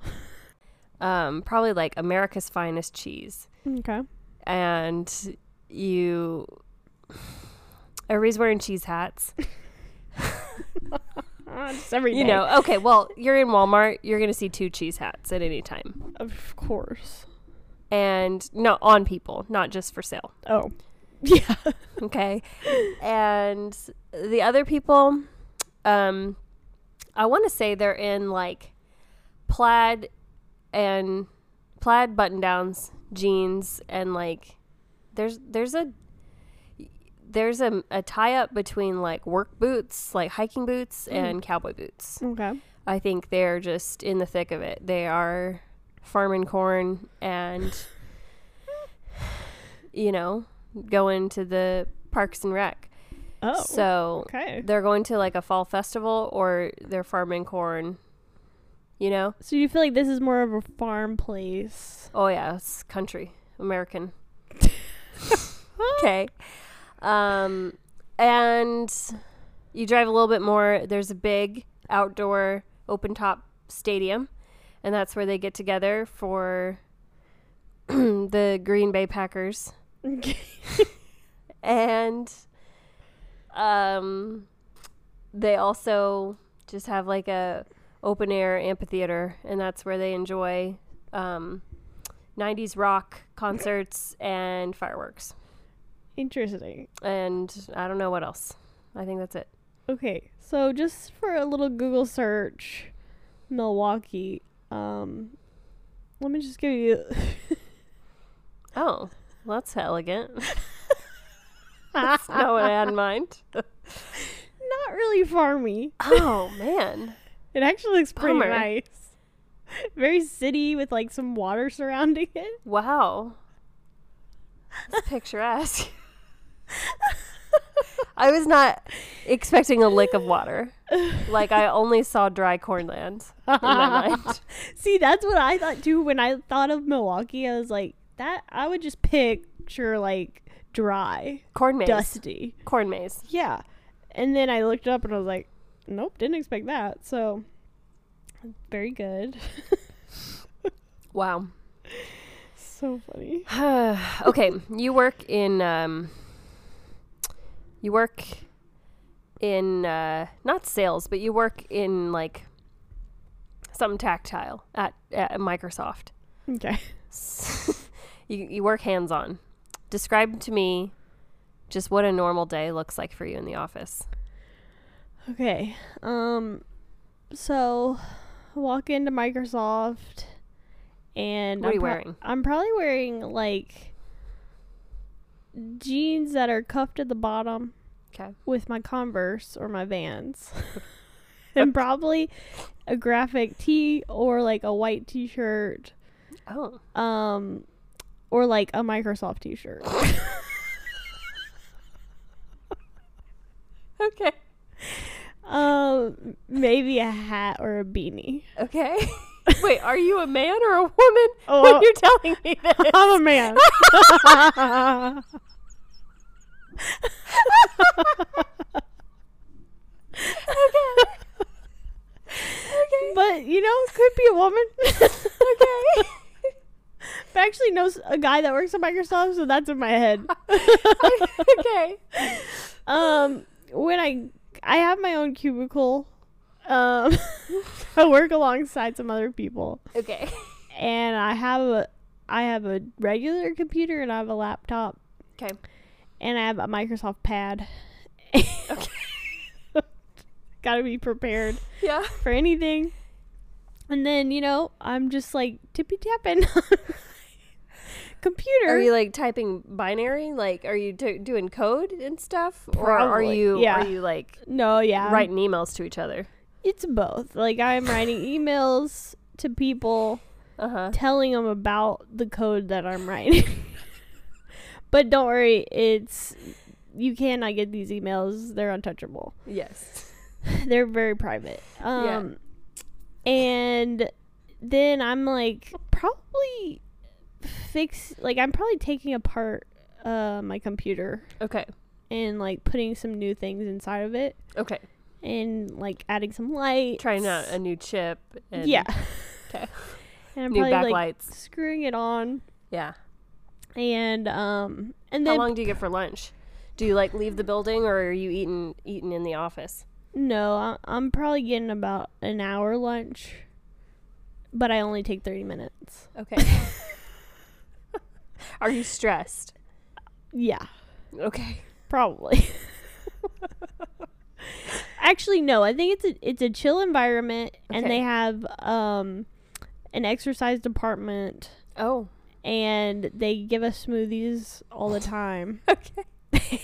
Speaker 1: Um, probably like America's finest cheese,
Speaker 3: Okay.
Speaker 1: and you. Everybody's wearing cheese hats.
Speaker 3: Uh, Just every
Speaker 1: You
Speaker 3: day.
Speaker 1: know, okay, well, you're in Walmart, you're going to see two cheese hats at any time.
Speaker 3: Of course.
Speaker 1: and no on people not just for sale
Speaker 3: Oh. Yeah.
Speaker 1: okay and the other people um i want to say they're in like plaid and plaid button downs jeans and like there's there's a there's a, a tie up between like work boots like hiking boots and cowboy boots
Speaker 3: Okay.
Speaker 1: I think they're just in the thick of it. They are farming corn and, you know, going to the parks and rec.
Speaker 3: Oh.
Speaker 1: so
Speaker 3: okay.
Speaker 1: they're going to like a fall festival or they're farming corn, you know?
Speaker 3: So you feel like this is more of a farm place?
Speaker 1: Oh, yeah, it's country, American. okay. Um, and you drive a little bit more. There's a big outdoor open top stadium, and that's where they get together for the Green Bay Packers.
Speaker 3: Okay.
Speaker 1: And um, they also just have like a open air amphitheater, and that's where they enjoy um, 90s rock concerts and fireworks
Speaker 3: Interesting.
Speaker 1: and I don't know what else. I think that's it.
Speaker 3: Okay. So just for a little Google search, Milwaukee. Um, let me just give you.
Speaker 1: Oh, well, that's elegant. that's not what I had in mind.
Speaker 3: Not really farmy.
Speaker 1: Oh man,
Speaker 3: It actually looks pretty
Speaker 1: Bummer.
Speaker 3: nice. Very city with like some water surrounding it.
Speaker 1: wow, that's picturesque. I was not expecting a lick of water. Like I only saw dry cornland in my mind.
Speaker 3: See, that's what I thought too when I thought of Milwaukee. I was like, that I would just picture like dry,
Speaker 1: Corn maze,
Speaker 3: dusty.
Speaker 1: corn maze.
Speaker 3: Yeah. And then I looked up and I was like, nope, didn't expect that. So very good.
Speaker 1: Wow.
Speaker 3: so funny.
Speaker 1: okay, you work in um, you work in uh, not sales, but you work in like something tactile at, at Microsoft.
Speaker 3: Okay.
Speaker 1: you you work hands on. Describe to me just what a normal day looks like for you in the office.
Speaker 3: Okay. Um so I walk into Microsoft and
Speaker 1: What are
Speaker 3: I'm
Speaker 1: you
Speaker 3: pro-
Speaker 1: wearing?
Speaker 3: I'm probably wearing like jeans that are cuffed at the bottom
Speaker 1: Okay.
Speaker 3: with my Converse or my Vans. and probably a graphic tee or like a white t-shirt
Speaker 1: Oh,
Speaker 3: um or like a Microsoft t-shirt.
Speaker 1: okay,
Speaker 3: um maybe a hat or a beanie.
Speaker 1: okay. Wait, are you a man or a woman
Speaker 3: Oh,
Speaker 1: when
Speaker 3: uh,
Speaker 1: you're telling me this?
Speaker 3: I'm a man. But you know, could be a woman. okay. But I actually knows a guy that works at Microsoft, so that's in my head.
Speaker 1: okay.
Speaker 3: Um, when I I have my own cubicle, um, I work alongside some other people,
Speaker 1: Okay.
Speaker 3: and I have a I have a regular computer and I have a laptop.
Speaker 1: 'Kay.
Speaker 3: And I have a Microsoft Pad.
Speaker 1: Okay.
Speaker 3: Got to be prepared
Speaker 1: Yeah.
Speaker 3: for anything. And then you know I'm just like tippy tapping. Computer.
Speaker 1: Are you like typing binary? Like, are you t- doing code and stuff, or are
Speaker 3: Probably,
Speaker 1: you
Speaker 3: yeah.
Speaker 1: are you like
Speaker 3: no, yeah. I'm
Speaker 1: writing emails to each other?
Speaker 3: It's both. Like I'm writing emails to people
Speaker 1: Uh huh.
Speaker 3: telling them about the code that I'm writing. but don't worry, it's you cannot get these emails. They're untouchable.
Speaker 1: Yes.
Speaker 3: They're very private.
Speaker 1: Yeah.
Speaker 3: Um and then I'm like probably fix like I'm probably taking apart uh my computer
Speaker 1: Okay.
Speaker 3: and like putting some new things inside of it
Speaker 1: Okay.
Speaker 3: and like adding some light.
Speaker 1: Trying out a new chip. And
Speaker 3: yeah.
Speaker 1: 'Kay.
Speaker 3: And I'm
Speaker 1: New
Speaker 3: probably
Speaker 1: backlights.
Speaker 3: like screwing it on,
Speaker 1: yeah.
Speaker 3: and um, and
Speaker 1: How
Speaker 3: then
Speaker 1: long do you get for lunch? Do you like leave the building, or are you eating eating in the office?
Speaker 3: no, I, I'm probably getting about an hour lunch, but I only take thirty minutes.
Speaker 1: Okay. are you stressed?
Speaker 3: Yeah,
Speaker 1: Okay.
Speaker 3: probably. Actually, no. I think it's a it's a chill environment, and
Speaker 1: Okay.
Speaker 3: they have um, an exercise department,
Speaker 1: Oh.
Speaker 3: and they give us smoothies all the time,
Speaker 1: Okay.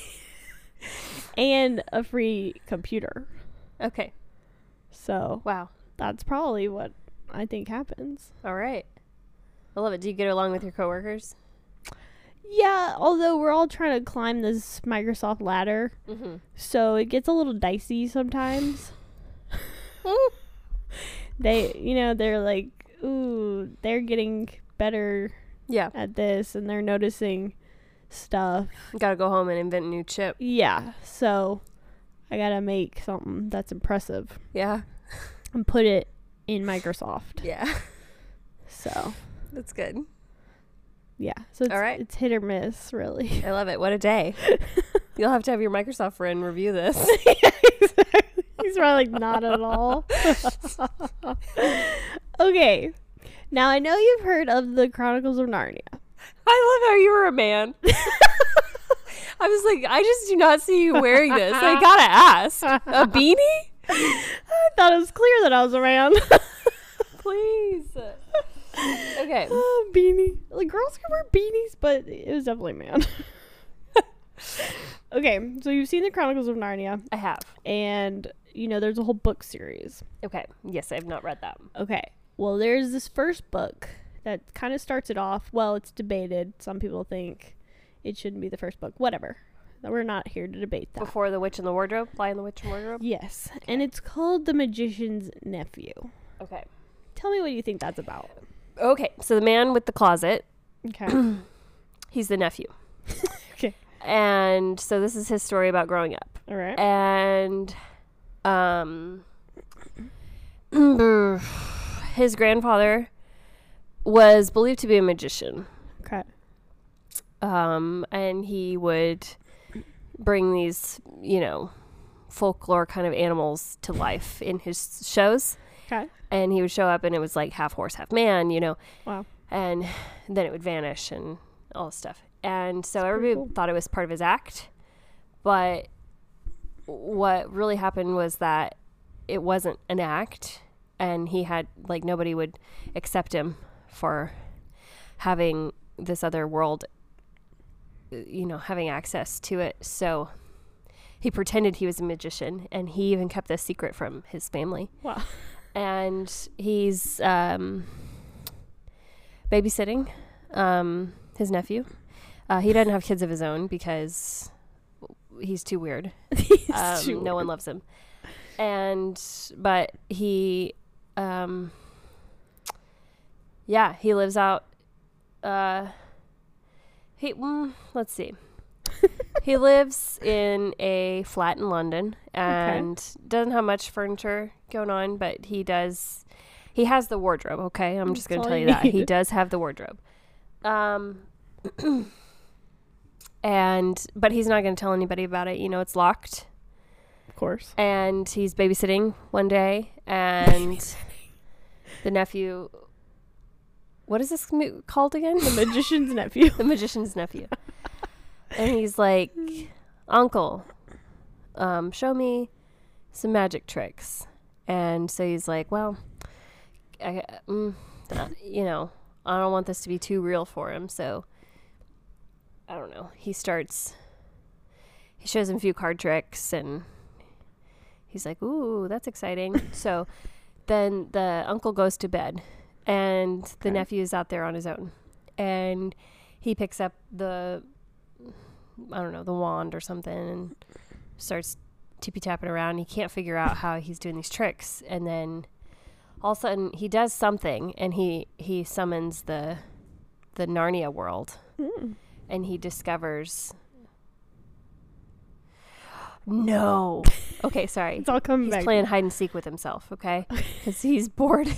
Speaker 3: and a free computer.
Speaker 1: Okay.
Speaker 3: So
Speaker 1: Wow.
Speaker 3: that's probably what I think happens.
Speaker 1: All right. I love it. Do you get along with your coworkers?
Speaker 3: Yeah, although we're all trying to climb this Microsoft ladder,
Speaker 1: Mm-hmm.
Speaker 3: so it gets a little dicey sometimes. they, you know, they're like, ooh, they're getting better
Speaker 1: Yeah.
Speaker 3: at this and they're noticing stuff.
Speaker 1: Got to go home and invent a new chip.
Speaker 3: Yeah, so I gotta make something that's impressive
Speaker 1: Yeah.
Speaker 3: and put it in Microsoft.
Speaker 1: Yeah.
Speaker 3: So,
Speaker 1: That's good.
Speaker 3: yeah, so it's,
Speaker 1: All right.
Speaker 3: it's hit or miss, really.
Speaker 1: I love it. What a day. You'll have to have your Microsoft friend review this.
Speaker 3: He's probably like, not at all. okay. Now I know you've heard of the Chronicles of Narnia.
Speaker 1: I love how you were a man. I was like, I just do not see you wearing this. I gotta ask. A beanie?
Speaker 3: I thought it was clear that I was around.
Speaker 1: Please. Okay.
Speaker 3: oh, beanie. Like girls can wear beanies, but it was definitely a man. okay, so you've seen the Chronicles of Narnia,
Speaker 1: I have.
Speaker 3: and you know there's a whole book series.
Speaker 1: Okay. Yes, I have not read that.
Speaker 3: Okay. Well, there's this first book that kind of starts it off. Well, it's debated. Some people think it shouldn't be the first book. Whatever. We're not here to debate that.
Speaker 1: Before The Witch in the Wardrobe? Fly in the Witch in the Wardrobe?
Speaker 3: Yes. And it's called The Magician's Nephew.
Speaker 1: Okay.
Speaker 3: Tell me what you think that's about.
Speaker 1: Okay. So the man with the closet,
Speaker 3: Okay.
Speaker 1: he's the nephew.
Speaker 3: Okay.
Speaker 1: And so this is his story about growing up.
Speaker 3: All right.
Speaker 1: and um his grandfather was believed to be a magician
Speaker 3: Okay.
Speaker 1: um and he would bring these you know folklore kind of animals to life in his shows
Speaker 3: Okay.
Speaker 1: and he would show up and it was like half horse half man you know
Speaker 3: Wow.
Speaker 1: and then it would vanish and all this stuff and so
Speaker 3: pretty
Speaker 1: everybody
Speaker 3: cool.
Speaker 1: thought it was part of his act but what really happened was that it wasn't an act and he had like nobody would accept him for having this other world uh, you know having access to it so he pretended he was a magician and he even kept this secret from his family
Speaker 3: Wow.
Speaker 1: and he's um, babysitting um, his nephew. Uh, he doesn't have kids of his own because he's too weird. Um,
Speaker 3: too
Speaker 1: No one loves him. And but he, um, yeah, he lives out. Uh, he mm, let's see. he lives in a flat in London and doesn't have much furniture going on, but he does. He has the wardrobe. Okay, I'm just
Speaker 3: Mm, That's
Speaker 1: going to
Speaker 3: all
Speaker 1: tell
Speaker 3: you
Speaker 1: you that he
Speaker 3: need.
Speaker 1: does have the wardrobe. Um, and but he's not going to tell anybody about it. You know, it's locked.
Speaker 3: of course.
Speaker 1: and he's babysitting one day, and the nephew. What is this mo- called again?
Speaker 3: The magician's nephew.
Speaker 1: the magician's nephew. And he's like, Uncle, um, show me some magic tricks. And so he's like, Well, I, mm, uh, you know, I don't want this to be too real for him. So I don't know. He starts, he shows him a few card tricks and he's like, Ooh, that's exciting. so then the uncle goes to bed and the
Speaker 3: Okay.
Speaker 1: nephew is out there on his own. And he picks up the I don't know, the wand or something and starts tippy tapping around. He can't figure out how he's doing these tricks and then all of a sudden he does something and he he summons the the Narnia world
Speaker 3: Mm.
Speaker 1: and he discovers No. Okay, sorry.
Speaker 3: It's all coming
Speaker 1: He's
Speaker 3: back.
Speaker 1: playing hide and seek with himself, okay? Because he's bored.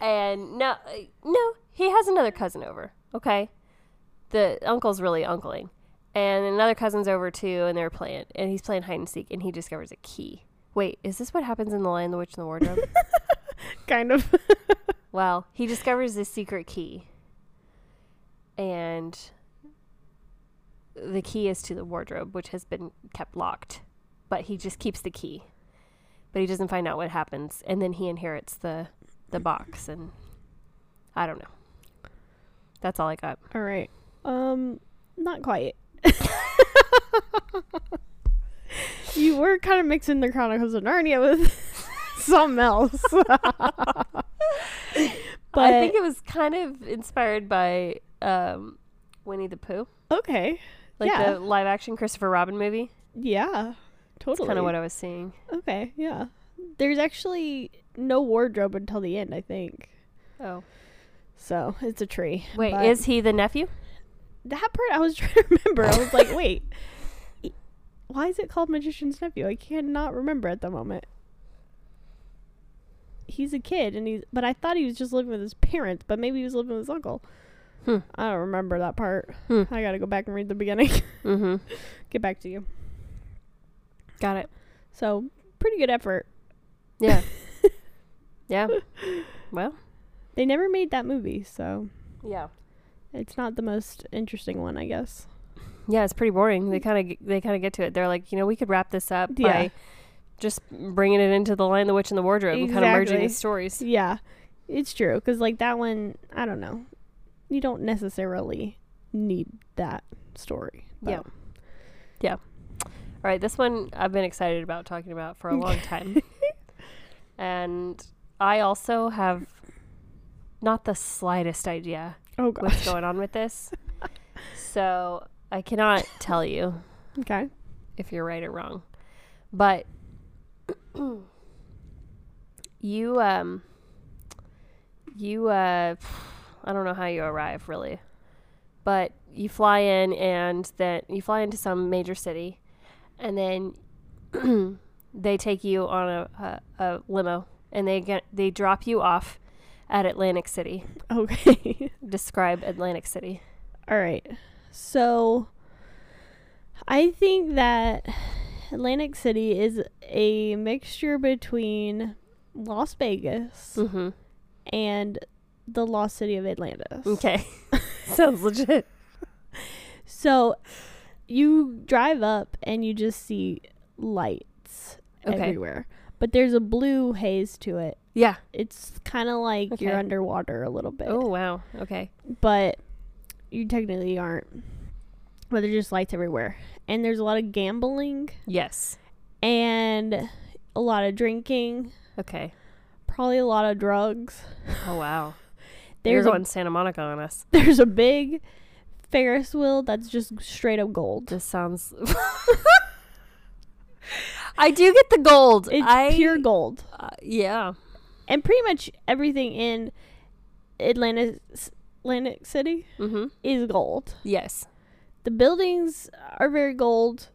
Speaker 1: and no, no, he has another cousin over, okay? The uncle's really uncling. And another cousin's over too, and they're playing. And he's playing hide and seek, and he discovers a key. Wait, is this what happens in The Lion, the Witch, and the Wardrobe?
Speaker 3: kind of.
Speaker 1: Well, he discovers this secret key. And the key is to the wardrobe, which has been kept locked. But he just keeps the key. But he doesn't find out what happens. And then he inherits the, the box. And I don't know. That's all I got.
Speaker 3: all right. Um, not quite. you were kind of mixing the Chronicles of Narnia with something else.
Speaker 1: But I think
Speaker 3: But-
Speaker 1: it was kind of inspired by um, Winnie the Pooh,
Speaker 3: okay.
Speaker 1: like
Speaker 3: Yeah.
Speaker 1: the live action Christopher Robin movie.
Speaker 3: Yeah.
Speaker 1: That's
Speaker 3: Totally.
Speaker 1: kind of what I was seeing.
Speaker 3: okay. Yeah. There's actually no wardrobe until the end, I think.
Speaker 1: Oh.
Speaker 3: So it's a tree.
Speaker 1: Wait,
Speaker 3: But-
Speaker 1: is he the nephew?
Speaker 3: that part I was trying to remember. I was like, wait, i- why is it called Magician's Nephew? I cannot remember at the moment. He's a kid, and he's but I thought he was just living with his parents, but maybe he was living with his uncle.
Speaker 1: Hmm.
Speaker 3: I don't remember that part.
Speaker 1: Hmm.
Speaker 3: I gotta go back and read the beginning.
Speaker 1: Mm hmm.
Speaker 3: Get back to you.
Speaker 1: Got it.
Speaker 3: So pretty good effort.
Speaker 1: Yeah. yeah. Well.
Speaker 3: They never made that movie, so
Speaker 1: Yeah.
Speaker 3: it's not the most interesting one, I guess.
Speaker 1: Yeah, it's pretty boring. They kind of they kind of get to it. They're like, you know, we could wrap this up
Speaker 3: Yeah.
Speaker 1: by just bringing it into the Lion, the Witch, and the Wardrobe, and kind of merging
Speaker 3: Exactly.
Speaker 1: the stories.
Speaker 3: Yeah, it's true. Because, like, that one, I don't know. You don't necessarily need that story.
Speaker 1: Yeah.
Speaker 3: but-
Speaker 1: All right, this one I've been excited about talking about for a long time, and I also have not the slightest idea
Speaker 3: Oh,
Speaker 1: what's
Speaker 3: gosh.
Speaker 1: going on with this, so I cannot tell you.
Speaker 3: Okay.
Speaker 1: if you're right or wrong. But you um you uh I don't know how you arrive really. But you fly in and then you fly into some major city and then they take you on a, a, a limo and they get they drop you off at Atlantic City.
Speaker 3: Okay.
Speaker 1: Describe Atlantic City.
Speaker 3: All right. So, I think that Atlantic City is a mixture between Las Vegas
Speaker 1: Mhm.
Speaker 3: and the lost city of Atlantis.
Speaker 1: Okay. Sounds legit.
Speaker 3: So you drive up and you just see lights
Speaker 1: Okay.
Speaker 3: everywhere. But there's a blue haze to it.
Speaker 1: Yeah.
Speaker 3: It's kind of like
Speaker 1: Okay.
Speaker 3: you're underwater a little bit.
Speaker 1: Oh wow. Okay.
Speaker 3: But you technically aren't. But there's just lights everywhere. And there's a lot of gambling
Speaker 1: Yes.
Speaker 3: and a lot of drinking,
Speaker 1: Okay.
Speaker 3: probably a lot of drugs.
Speaker 1: Oh wow. They're
Speaker 3: There's a,
Speaker 1: going Santa Monica on us.
Speaker 3: there's a big Ferris wheel that's just straight up gold.
Speaker 1: This sounds I do get the gold.
Speaker 3: It's
Speaker 1: I
Speaker 3: pure gold.
Speaker 1: uh, yeah.
Speaker 3: and pretty much everything in Atlanta, Atlantic City
Speaker 1: Mhm.
Speaker 3: is gold.
Speaker 1: Yes.
Speaker 3: The buildings are very gold.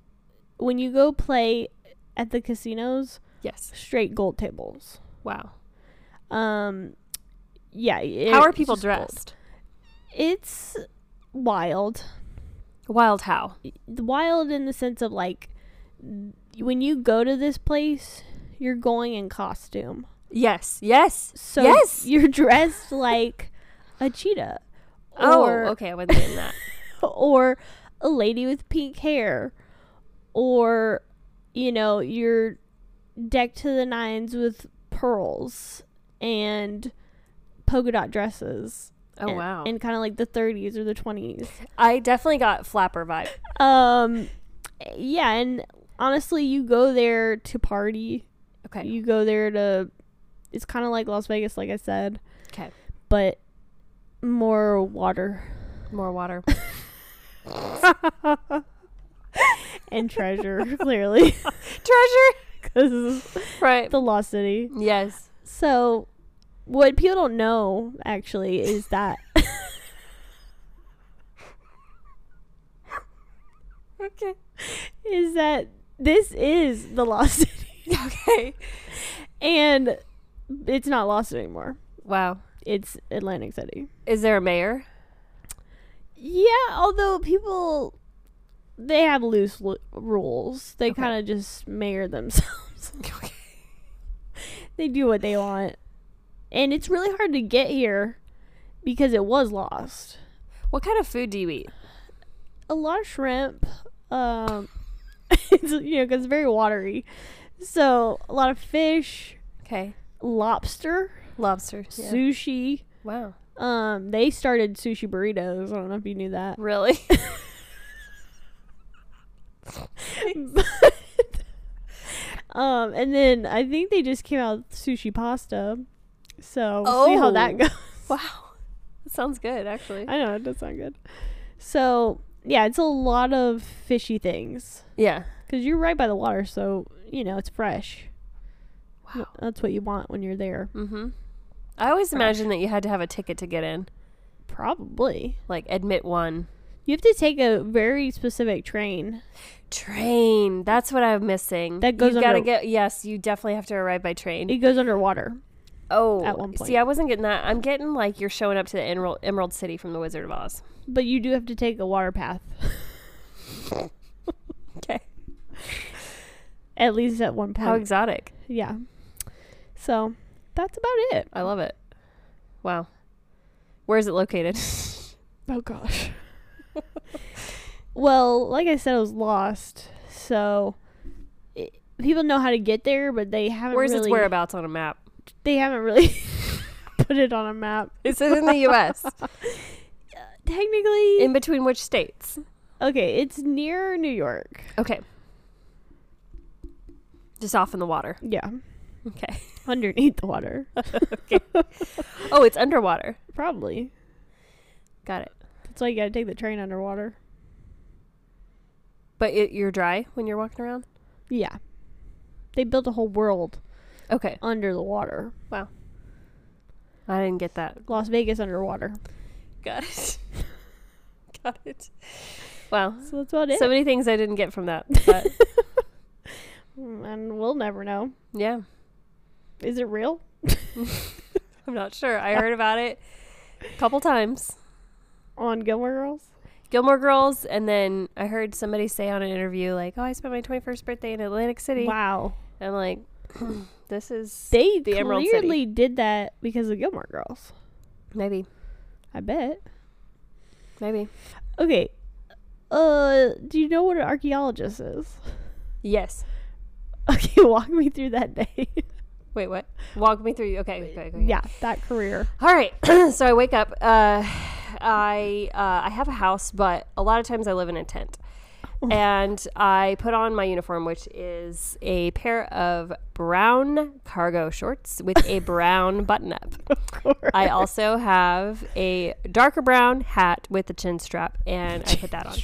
Speaker 3: When you go play at the casinos,
Speaker 1: Yes.
Speaker 3: straight gold tables.
Speaker 1: Wow.
Speaker 3: Um, yeah. it-
Speaker 1: how are
Speaker 3: it's
Speaker 1: people
Speaker 3: just gold.
Speaker 1: dressed?
Speaker 3: It's wild.
Speaker 1: Wild how?
Speaker 3: Wild in the sense of like when you go to this place, you're going in costume.
Speaker 1: Yes, yes.
Speaker 3: So
Speaker 1: Yes.
Speaker 3: you're dressed like a cheetah. Or,
Speaker 1: oh, okay. I wasn't in that.
Speaker 3: Or a lady with pink hair. Or, you know, you're decked to the nines with pearls and polka dot dresses.
Speaker 1: Oh
Speaker 3: and-
Speaker 1: wow.
Speaker 3: And kind of like the 30s or the 20s.
Speaker 1: I definitely got flapper vibe.
Speaker 3: Um, yeah, and honestly, you go there to party.
Speaker 1: Okay.
Speaker 3: You go there to. It's kind of like Las Vegas, like I said.
Speaker 1: 'Kay.
Speaker 3: But more water
Speaker 1: More water.
Speaker 3: and treasure, clearly,
Speaker 1: Treasure.
Speaker 3: because
Speaker 1: Right.
Speaker 3: the Lost City.
Speaker 1: Yes.
Speaker 3: So, what people don't know actually is that
Speaker 1: Okay.
Speaker 3: is that this is the Lost City,
Speaker 1: Okay.
Speaker 3: and it's not lost anymore.
Speaker 1: Wow.
Speaker 3: It's Atlantic City.
Speaker 1: Is there a mayor?
Speaker 3: Yeah, although people they have loose lu- rules. They
Speaker 1: Okay.
Speaker 3: kind of just mayor themselves.
Speaker 1: Okay.
Speaker 3: they do what they want. And it's really hard to get here because it was lost.
Speaker 1: What kind of food do you eat?
Speaker 3: A lot of shrimp um it's you know cuz it's very watery. So, a lot of fish,
Speaker 1: Okay.
Speaker 3: lobster,
Speaker 1: Lobster.
Speaker 3: sushi.
Speaker 1: Wow.
Speaker 3: Um they started sushi burritos. I don't know if you knew that.
Speaker 1: Really?
Speaker 3: Um, and then I think they just came out with sushi pasta. So we'll see how
Speaker 1: Oh.
Speaker 3: that goes.
Speaker 1: wow. That sounds good, actually.
Speaker 3: I know it does sound good. So yeah, it's a lot of fishy things
Speaker 1: Yeah.
Speaker 3: because you're right by the water, so you know it's fresh.
Speaker 1: Wow.
Speaker 3: That's what you want when you're there,
Speaker 1: Mm-hmm. I always imagined that you had to have a ticket to get in,
Speaker 3: probably.
Speaker 1: like admit one.
Speaker 3: You have to take a very specific train.
Speaker 1: Train. That's what I'm missing.
Speaker 3: That goes
Speaker 1: You gotta
Speaker 3: under-
Speaker 1: get. Yes, you definitely have to arrive by train.
Speaker 3: It goes underwater.
Speaker 1: oh,
Speaker 3: at one point.
Speaker 1: see, I wasn't getting that. I'm getting like you're showing up to the Emerald, Emerald City from The Wizard of Oz.
Speaker 3: But you do have to take a water path.
Speaker 1: Okay.
Speaker 3: At least at one
Speaker 1: How
Speaker 3: path.
Speaker 1: exotic.
Speaker 3: yeah. So that's about it.
Speaker 1: I love it. Wow. Where is it located?
Speaker 3: Oh gosh. well, like I said, I was lost, so it, people know how to get there, but they haven't.
Speaker 1: Where's
Speaker 3: really,
Speaker 1: its whereabouts on a map?
Speaker 3: They haven't really put it on a map.
Speaker 1: Is it in the U.S.?
Speaker 3: Technically,
Speaker 1: in between which states?
Speaker 3: okay, it's near New York.
Speaker 1: Okay. Just off in the water.
Speaker 3: Yeah,
Speaker 1: Okay.
Speaker 3: underneath the water,
Speaker 1: Oh, it's underwater.
Speaker 3: probably.
Speaker 1: Got it.
Speaker 3: That's why you gotta take the train underwater.
Speaker 1: But it, you're dry when you're walking around?
Speaker 3: Yeah, they built a whole world
Speaker 1: Okay.
Speaker 3: under the water.
Speaker 1: I didn't get that.
Speaker 3: Las Vegas underwater.
Speaker 1: Got it. Got it. Wow.
Speaker 3: So that's about it.
Speaker 1: So many things I didn't get from that. But
Speaker 3: and we'll never know.
Speaker 1: yeah,
Speaker 3: Is it real?
Speaker 1: I'm not sure. I heard about it a couple times.
Speaker 3: On Gilmore Girls.
Speaker 1: Gilmore Girls, and then I heard somebody say on an interview, like, "Oh, I spent my 21st birthday in Atlantic City."
Speaker 3: Wow.
Speaker 1: I'm like, this is
Speaker 3: They
Speaker 1: The Emerald City.
Speaker 3: clearly did that because of Gilmore Girls.
Speaker 1: maybe,
Speaker 3: I bet.
Speaker 1: maybe.
Speaker 3: Okay. Uh, do you know what an archaeologist is?
Speaker 1: Yes.
Speaker 3: Okay, walk me through that day.
Speaker 1: Wait, what? Walk me through. you- Okay. okay, okay, okay.
Speaker 3: yeah, that career.
Speaker 1: All right. so I wake up. Uh, I uh, I have a house, but a lot of times I live in a tent.
Speaker 3: Mm.
Speaker 1: And I put on my uniform, which is a pair of brown cargo shorts with a brown button up.
Speaker 3: Of course.
Speaker 1: I also have a darker brown hat with a chin strap, and I put that on.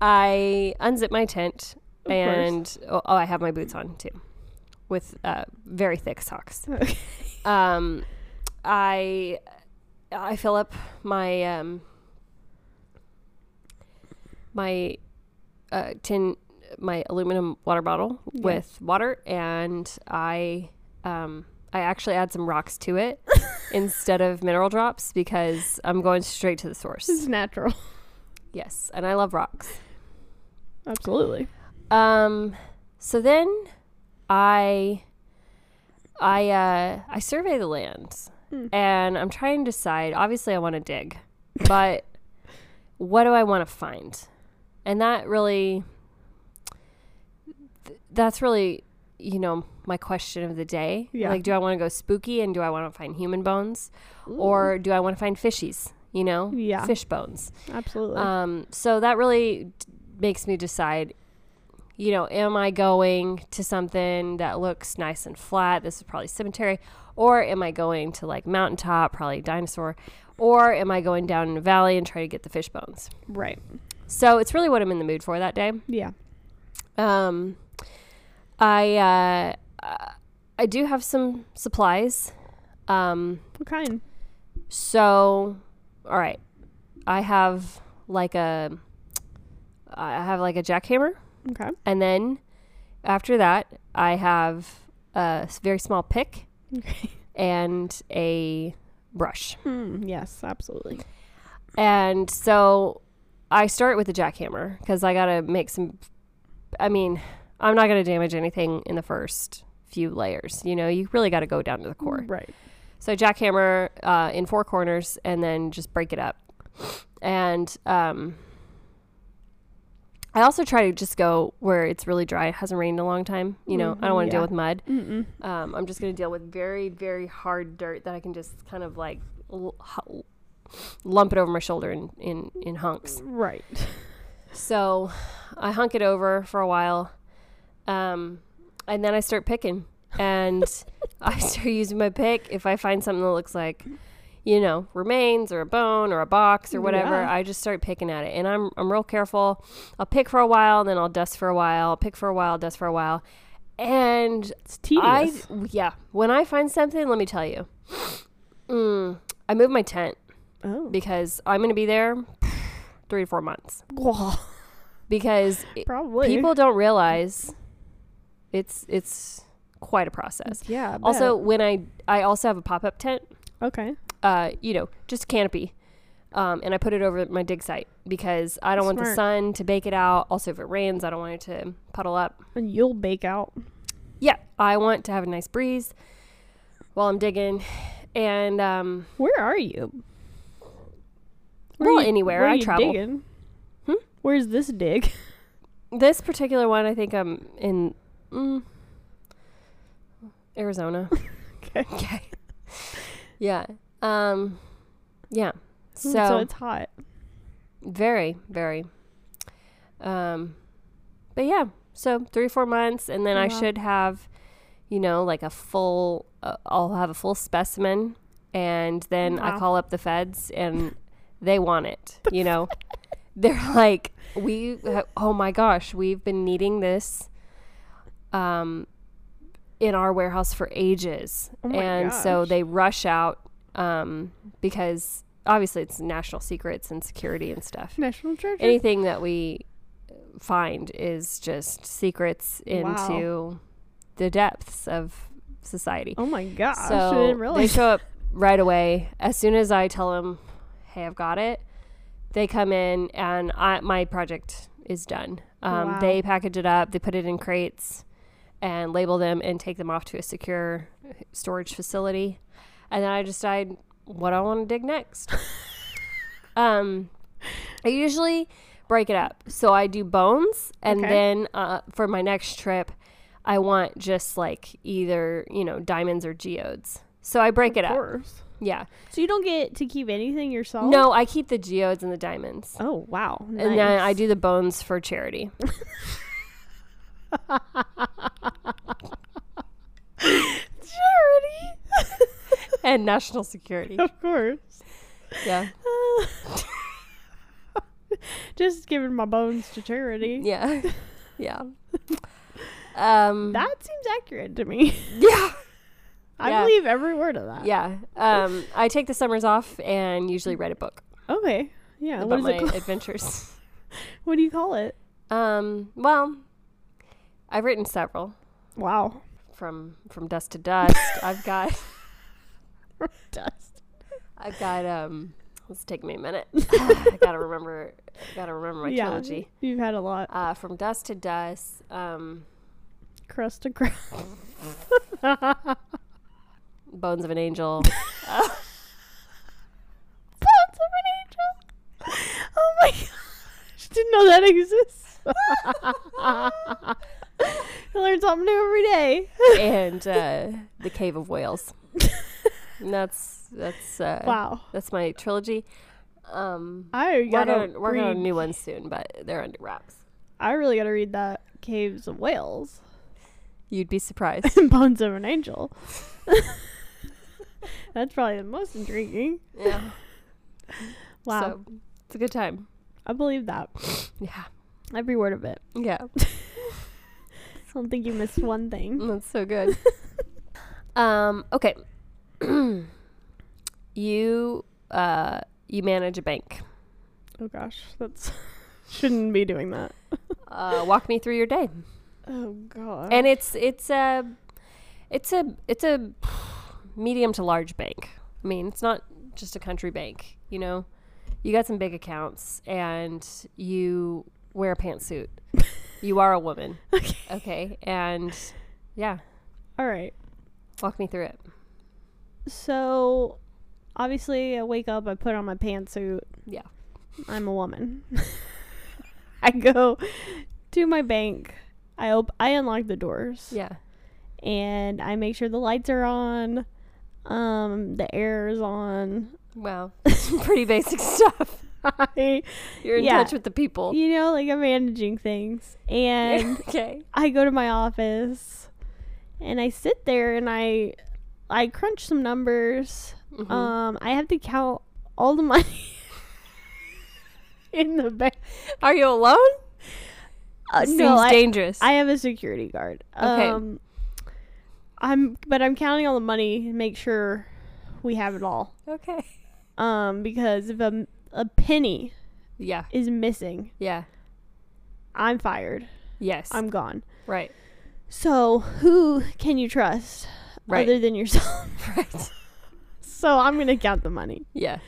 Speaker 1: I unzip my tent,
Speaker 3: course.
Speaker 1: and oh, oh, I have my boots on too, with uh, very thick socks.
Speaker 3: Okay.
Speaker 1: Um, I I fill up my um, my uh, tin my aluminum water bottle with water, and I um, I actually add some rocks to it instead of mineral drops because I'm going straight to the
Speaker 3: This
Speaker 1: source.
Speaker 3: is natural.
Speaker 1: Yes, and I love rocks.
Speaker 3: Absolutely.
Speaker 1: Um, So then I I uh I survey the lands
Speaker 3: Hmm.
Speaker 1: and I'm trying to decide obviously I want to dig, but what do I want to find? And that really th- that's really you know my question of the day.
Speaker 3: Yeah.
Speaker 1: Like do I want to go spooky and do I want to find human bones or do I want to find fishies, you know?
Speaker 3: Yeah.
Speaker 1: Fish bones.
Speaker 3: Absolutely.
Speaker 1: Um, so that really d- makes me decide, you know, am I going to something that looks nice and flat? This is probably cemetery. Or am I going to like mountaintop, probably dinosaur? Or am I going down in a valley and try to get the fish bones?
Speaker 3: right.
Speaker 1: So it's really what I'm in the mood for that day.
Speaker 3: Yeah.
Speaker 1: Um, I uh, uh, I do have some supplies. Um,
Speaker 3: What kind?
Speaker 1: so, all right, I have like a, I have like a jackhammer,
Speaker 3: Okay.
Speaker 1: and then after that, I have a s- very small pick
Speaker 3: Okay.
Speaker 1: and a brush,
Speaker 3: Hmm. yes, absolutely.
Speaker 1: and so I start with the jackhammer because I gotta make some. I mean, I'm not gonna damage anything in the first few layers. You know, you really gotta go down to the core.
Speaker 3: Right.
Speaker 1: So jackhammer uh, in four corners, and then just break it up. And um, I also try to just go where it's really dry. It hasn't rained in a long time. You know, I don't want to
Speaker 3: Yeah.
Speaker 1: deal with mud.
Speaker 3: Mm-mm.
Speaker 1: Um, I'm just going to deal with very, very hard dirt that I can just kind of like l- hu- lump it over my shoulder in in, in hunks.
Speaker 3: Right.
Speaker 1: So I hunk it over for a while. Um, and then I start picking. And I start using my pick. If I find something that looks like, you know, remains or a bone or a box or whatever,
Speaker 3: Yeah.
Speaker 1: I just start picking at it. And I'm, I'm real careful. I'll pick for a while, then I'll dust for a while, pick for a while, dust for a while. And
Speaker 3: It's tedious.
Speaker 1: I, yeah, when I find something, let me tell you, mm, I move my tent
Speaker 3: oh.
Speaker 1: because I'm going to be there three to four months.
Speaker 3: Well,
Speaker 1: Because
Speaker 3: probably.
Speaker 1: people don't realize it's it's quite a process.
Speaker 3: Yeah. I
Speaker 1: Also, when I I also have a pop up tent,
Speaker 3: bet. Okay.
Speaker 1: uh, you know, just canopy, um, and I put it over my dig site because I don't want the
Speaker 3: Smart.
Speaker 1: sun to bake it out. Also, if it rains, I don't want it to puddle up.
Speaker 3: And you'll bake out.
Speaker 1: Yeah, I want to have a nice breeze while I'm digging, and um,
Speaker 3: Where are you?
Speaker 1: Well, anywhere.
Speaker 3: where
Speaker 1: I
Speaker 3: you
Speaker 1: travel.
Speaker 3: Digging?
Speaker 1: Hmm?
Speaker 3: Where's this dig?
Speaker 1: this particular one, I think I'm in mm, Arizona.
Speaker 3: okay.
Speaker 1: okay. Yeah. Um yeah. So,
Speaker 3: Hmm, So, it's hot.
Speaker 1: very, very. Um but yeah, so 3 4 months and then
Speaker 3: Oh,
Speaker 1: I
Speaker 3: wow.
Speaker 1: should have you know like a full uh, I'll have a full specimen and then I
Speaker 3: Wow.
Speaker 1: call up the feds and they want it, you know. They're like we ha- oh my gosh, we've been needing this um in our warehouse for ages.
Speaker 3: Oh my
Speaker 1: and so
Speaker 3: gosh.
Speaker 1: they rush out um, because obviously it's national secrets and security and stuff.
Speaker 3: National treasure.
Speaker 1: Anything that we find is just secrets into the depths of society.
Speaker 3: oh my gosh. I
Speaker 1: so
Speaker 3: didn't
Speaker 1: they
Speaker 3: realize.
Speaker 1: show up right away. As soon as I tell them, hey, I've got it, they come in and I, my project is done. Um,
Speaker 3: Oh, Wow.
Speaker 1: They package it up, they put it in crates and label them and take them off to a secure storage facility. And then I decide what I want to dig next. um, I usually break it up. So I do bones, and
Speaker 3: Okay.
Speaker 1: then uh, for my next trip, I want just like either, you know, diamonds or geodes. So I break it
Speaker 3: of
Speaker 1: up.
Speaker 3: course. Oh.
Speaker 1: Yeah.
Speaker 3: So you don't get to keep anything yourself?
Speaker 1: No, I keep the geodes and the diamonds.
Speaker 3: Oh wow.
Speaker 1: And then I
Speaker 3: Nice.
Speaker 1: do the bones for charity.
Speaker 3: charity.
Speaker 1: and national security.
Speaker 3: of course.
Speaker 1: Yeah.
Speaker 3: Just giving my bones to charity.
Speaker 1: Yeah. Yeah. Um
Speaker 3: That seems accurate to me.
Speaker 1: Yeah.
Speaker 3: I
Speaker 1: Yeah.
Speaker 3: believe every word of that.
Speaker 1: Yeah. Um I take the summers off and usually write a book
Speaker 3: Okay. Yeah.
Speaker 1: about
Speaker 3: What is
Speaker 1: my
Speaker 3: it called?
Speaker 1: adventures.
Speaker 3: What do you call it?
Speaker 1: Um well, I've written several.
Speaker 3: Wow.
Speaker 1: From from dust to dust. I've got
Speaker 3: Dust.
Speaker 1: I've got um it's taking me a minute. I gotta remember I gotta remember my trilogy.
Speaker 3: You've had a lot.
Speaker 1: Uh from dust to dust. Um
Speaker 3: crust to crust.
Speaker 1: Bones of an Angel.
Speaker 3: Bones of an angel. Oh my gosh. Didn't know that exists. I learn something new every day.
Speaker 1: and uh, the Cave of Whales. And that's that's uh,
Speaker 3: Wow.
Speaker 1: That's my trilogy. Um,
Speaker 3: I
Speaker 1: we're
Speaker 3: gotta
Speaker 1: gonna we're gonna
Speaker 3: read-
Speaker 1: new ones soon, but they're under wraps.
Speaker 3: I really gotta read that Caves of Whales
Speaker 1: You'd be surprised.
Speaker 3: and Bones of an Angel. That's probably the most intriguing.
Speaker 1: yeah.
Speaker 3: Wow.
Speaker 1: So, it's a good time.
Speaker 3: I believe that.
Speaker 1: Yeah.
Speaker 3: Every word of it.
Speaker 1: Yeah.
Speaker 3: I don't think you missed one thing.
Speaker 1: That's so good. um, okay. you uh you manage a bank.
Speaker 3: Oh gosh, that's shouldn't be doing that.
Speaker 1: Uh, walk me through your day.
Speaker 3: Oh god.
Speaker 1: And it's it's a it's a it's a medium to large bank. I mean, it's not just a country bank, you know. You got some big accounts and you wear a pantsuit. you are a woman.
Speaker 3: Okay.
Speaker 1: Okay. And yeah,
Speaker 3: All right.
Speaker 1: walk me through it.
Speaker 3: So obviously I wake up, I put on my pantsuit.
Speaker 1: Yeah.
Speaker 3: I'm a woman. I go to my bank. I op- I unlock the doors.
Speaker 1: Yeah.
Speaker 3: and I make sure the lights are on, um, the air is on.
Speaker 1: Wow. Pretty basic stuff.
Speaker 3: I,
Speaker 1: You're in
Speaker 3: Yeah.
Speaker 1: touch with the people.
Speaker 3: you know, like I'm managing things. And
Speaker 1: okay.
Speaker 3: I go to my office and I sit there and I I crunch some numbers.
Speaker 1: Mhm.
Speaker 3: Um, I have to count all the money in the bank.
Speaker 1: Are you alone?
Speaker 3: Uh,
Speaker 1: Seems
Speaker 3: no, I,
Speaker 1: dangerous.
Speaker 3: I have a security guard.
Speaker 1: Okay.
Speaker 3: Um, I'm but I'm counting all the money to make sure we have it all.
Speaker 1: okay.
Speaker 3: um because if a, a penny
Speaker 1: Yeah.
Speaker 3: is missing
Speaker 1: Yeah.
Speaker 3: i'm fired
Speaker 1: Yes.
Speaker 3: i'm gone
Speaker 1: right.
Speaker 3: so who can you trust
Speaker 1: Right.
Speaker 3: other than yourself
Speaker 1: Right.
Speaker 3: so i'm gonna count the money
Speaker 1: Yeah.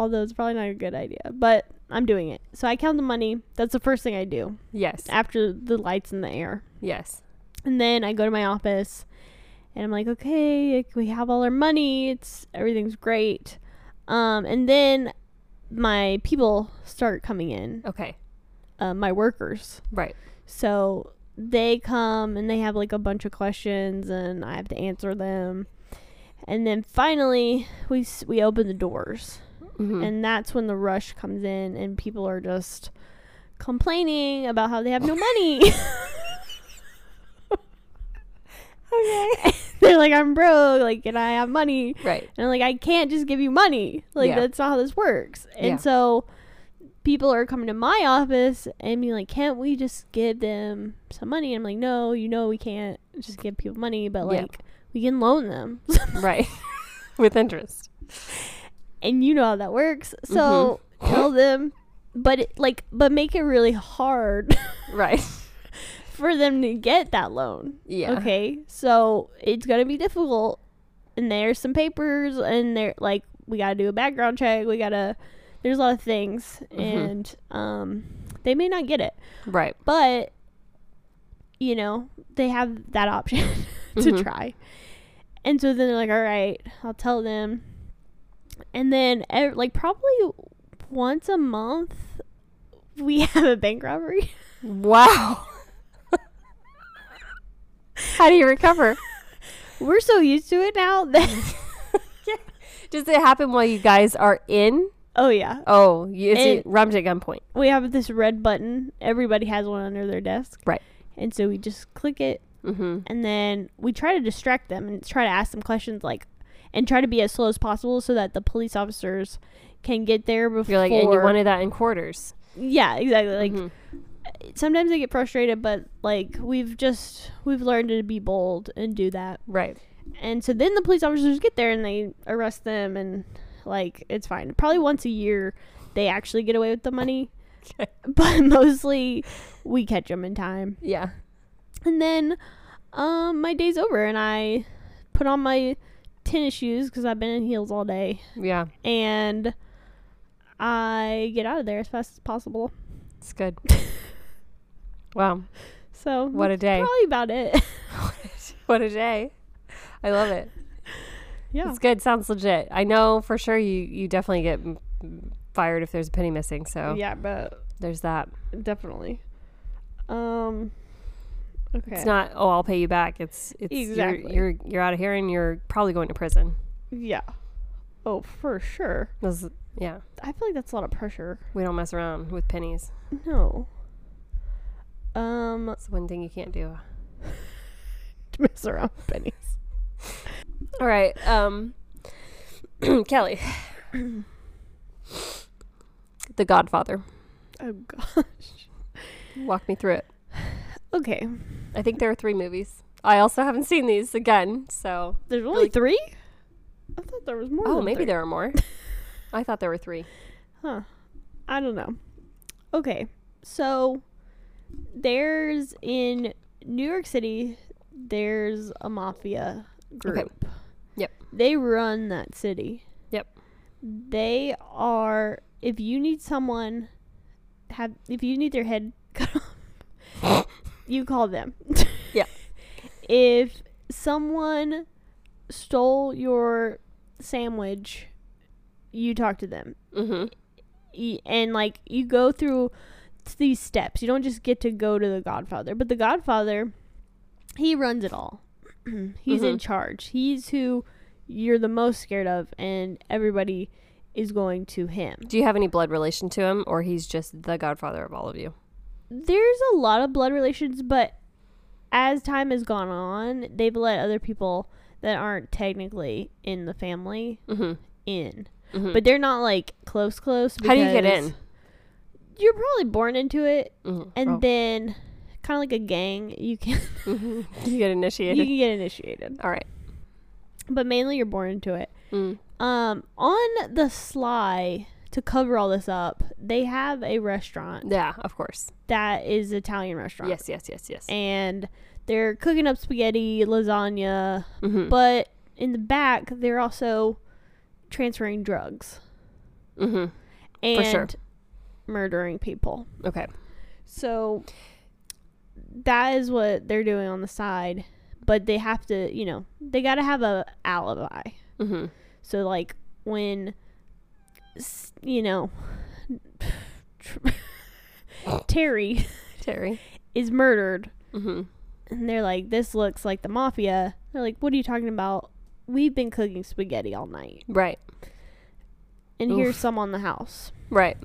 Speaker 3: although it's probably not a good idea but i'm doing it so i count the money that's the first thing i do
Speaker 1: Yes.
Speaker 3: after the lights in the air
Speaker 1: Yes.
Speaker 3: and then i go to my office and i'm like okay like, we have all our money it's everything's great um and then my people start coming in
Speaker 1: Okay.
Speaker 3: uh, my workers
Speaker 1: Right.
Speaker 3: So they come and they have like a bunch of questions and I have to answer them. And then finally we s- we open the doors.
Speaker 1: Mhm.
Speaker 3: And that's when the rush comes in and people are just complaining about how they have no money. okay. They're like I'm broke, like can I have money?
Speaker 1: right.
Speaker 3: And I'm like, I can't just give you money. Like,
Speaker 1: Yeah.
Speaker 3: that's not how this works. And
Speaker 1: Yeah.
Speaker 3: so people are coming to my office and being like, can't we just give them some money? And I'm like, no, you know, we can't just give people money, but
Speaker 1: Yeah.
Speaker 3: like, we can loan them.
Speaker 1: Right. With interest.
Speaker 3: and you know how that works. So
Speaker 1: Mm-hmm.
Speaker 3: tell them, but it, like, but make it really hard
Speaker 1: Right.
Speaker 3: for them to get that loan.
Speaker 1: Yeah.
Speaker 3: Okay, so it's gonna be difficult, and there's some papers, and they're like, we gotta do a background check. We gotta, there's a lot of things, and um, they may not get it,
Speaker 1: Right.
Speaker 3: but you know, they have that option to
Speaker 1: Mhm.
Speaker 3: try, and so then they're like, all right, I'll tell them, and then ev- like probably once a month, we have a bank robbery.
Speaker 1: Wow. How do you recover?
Speaker 3: We're so used to it now that
Speaker 1: Does it happen while you guys are in?
Speaker 3: oh yeah,
Speaker 1: Oh, you, is it
Speaker 3: It-
Speaker 1: robbed at gunpoint?
Speaker 3: we have this red button. Everybody has one under their desk.
Speaker 1: Right.
Speaker 3: And so we just click it
Speaker 1: Mm-hmm.
Speaker 3: and then we try to distract them and try to ask them questions like and try to be as slow as possible so that the police officers can get there before
Speaker 1: You're like, and you wanted that in quarters.
Speaker 3: Yeah, exactly. Like
Speaker 1: Mhm.
Speaker 3: sometimes they get frustrated but like we've just we've learned to be bold and do that.
Speaker 1: Right.
Speaker 3: And so then the police officers get there and they arrest them and like it's fine. Probably once a year they actually get away with the money.
Speaker 1: Okay.
Speaker 3: But mostly we catch them in time.
Speaker 1: Yeah.
Speaker 3: And then um my day's over and I put on my tennis shoes cuz I've been in heels all day
Speaker 1: Yeah.
Speaker 3: and I get out of there as fast as possible.
Speaker 1: It's good. wow.
Speaker 3: So
Speaker 1: What a day.
Speaker 3: probably about it.
Speaker 1: What a day. I love it.
Speaker 3: yeah.
Speaker 1: It's good. Sounds legit. I know for sure you, you definitely get m- m- fired if there's a penny missing. So
Speaker 3: Yeah, but
Speaker 1: there's that.
Speaker 3: definitely. Um. Okay.
Speaker 1: It's not, oh, I'll pay you back. It's, it's,
Speaker 3: Exactly.
Speaker 1: you're, you're, you're out of here and you're probably going to prison.
Speaker 3: yeah. Oh, for sure.
Speaker 1: This is- yeah.
Speaker 3: I feel like that's a lot of pressure.
Speaker 1: We don't mess around with pennies.
Speaker 3: No. Um,
Speaker 1: That's one thing you can't do.
Speaker 3: to mess around with pennies.
Speaker 1: All right. Um, Kelly. the Godfather.
Speaker 3: Oh gosh.
Speaker 1: Walk me through it.
Speaker 3: Okay.
Speaker 1: I think there are three movies. I also haven't seen these again, so
Speaker 3: There's only
Speaker 1: Really-
Speaker 3: three. I thought there was more.
Speaker 1: oh,
Speaker 3: than
Speaker 1: maybe
Speaker 3: three.
Speaker 1: there are more. I thought there were three.
Speaker 3: Huh. I don't know. Okay. So there's in New York City, there's a mafia group.
Speaker 1: Yep.
Speaker 3: They run that city.
Speaker 1: Yep.
Speaker 3: They are if you need someone have if you need their head cut off, you call them.
Speaker 1: Yeah.
Speaker 3: If someone stole your sandwich, you talk to them
Speaker 1: Mm-hmm.
Speaker 3: y- and like you go through t- these steps. You don't just get to go to the Godfather, but the Godfather, he runs it all. He's in
Speaker 1: Mhm.
Speaker 3: charge. He's who you're the most scared of, and everybody is going to him.
Speaker 1: Do you have any blood relation to him, or he's just the Godfather of all of you?
Speaker 3: There's a lot of blood relations, but as time has gone on, they've let other people that aren't technically in the family
Speaker 1: Mm-hmm.
Speaker 3: in.
Speaker 1: Mhm.
Speaker 3: But they're not like close close.
Speaker 1: How do you get
Speaker 3: because
Speaker 1: in?
Speaker 3: You're probably born into it.
Speaker 1: Mhm.
Speaker 3: and
Speaker 1: Oh.
Speaker 3: then kind of like a gang you can
Speaker 1: Mhm. you get
Speaker 3: you
Speaker 1: initiated.
Speaker 3: can get initiated
Speaker 1: all right.
Speaker 3: but mainly you're born into it
Speaker 1: Mm.
Speaker 3: um on the sly to cover all this up they have a restaurant
Speaker 1: Yeah, of course.
Speaker 3: that is italian restaurant
Speaker 1: Yes, yes, yes, yes.
Speaker 3: and they're cooking up spaghetti lasagna
Speaker 1: Mhm.
Speaker 3: but in the back they're also transferring drugs
Speaker 1: Mhm.
Speaker 3: and
Speaker 1: sure.
Speaker 3: murdering people
Speaker 1: Okay.
Speaker 3: So that is what they're doing on the side, but they have to, you know, they got to have a alibi.
Speaker 1: Mm-hmm.
Speaker 3: So like when s- you know Tr- Terry
Speaker 1: Terry.
Speaker 3: is murdered
Speaker 1: Mm-hmm.
Speaker 3: and they're like this looks like the mafia. They're like what are you talking about? We've been cooking spaghetti all night.
Speaker 1: Right.
Speaker 3: And
Speaker 1: Oof.
Speaker 3: here's some on the house,
Speaker 1: Right.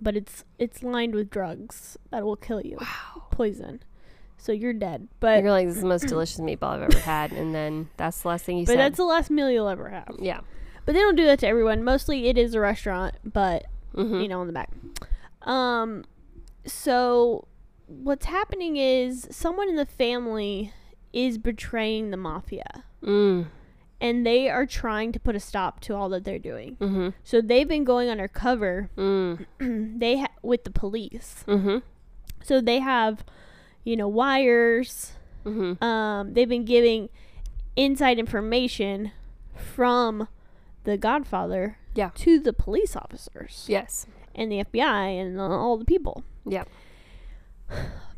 Speaker 3: but it's it's lined with drugs that will kill you.
Speaker 1: Wow.
Speaker 3: Poison. So you're dead. But
Speaker 1: You're like this is the most delicious meatball I've ever had, and then that's the last thing you
Speaker 3: But
Speaker 1: said.
Speaker 3: that's the last meal you'll ever have.
Speaker 1: yeah.
Speaker 3: But they don't do that to everyone. Mostly it is a restaurant, but
Speaker 1: Mm-hmm.
Speaker 3: you know, on the back. Um so what's happening is someone in the family is betraying the mafia
Speaker 1: Mm.
Speaker 3: and they are trying to put a stop to all that they're doing.
Speaker 1: Mm-hmm.
Speaker 3: So they've been going undercover
Speaker 1: Mm.
Speaker 3: they ha- with the police.
Speaker 1: Mm-hmm.
Speaker 3: So they have you know wires
Speaker 1: Mm-hmm.
Speaker 3: um, they've been giving inside information from the Godfather
Speaker 1: Yeah.
Speaker 3: to the police officers
Speaker 1: Yes.
Speaker 3: and the FBI and all the people.
Speaker 1: Yeah.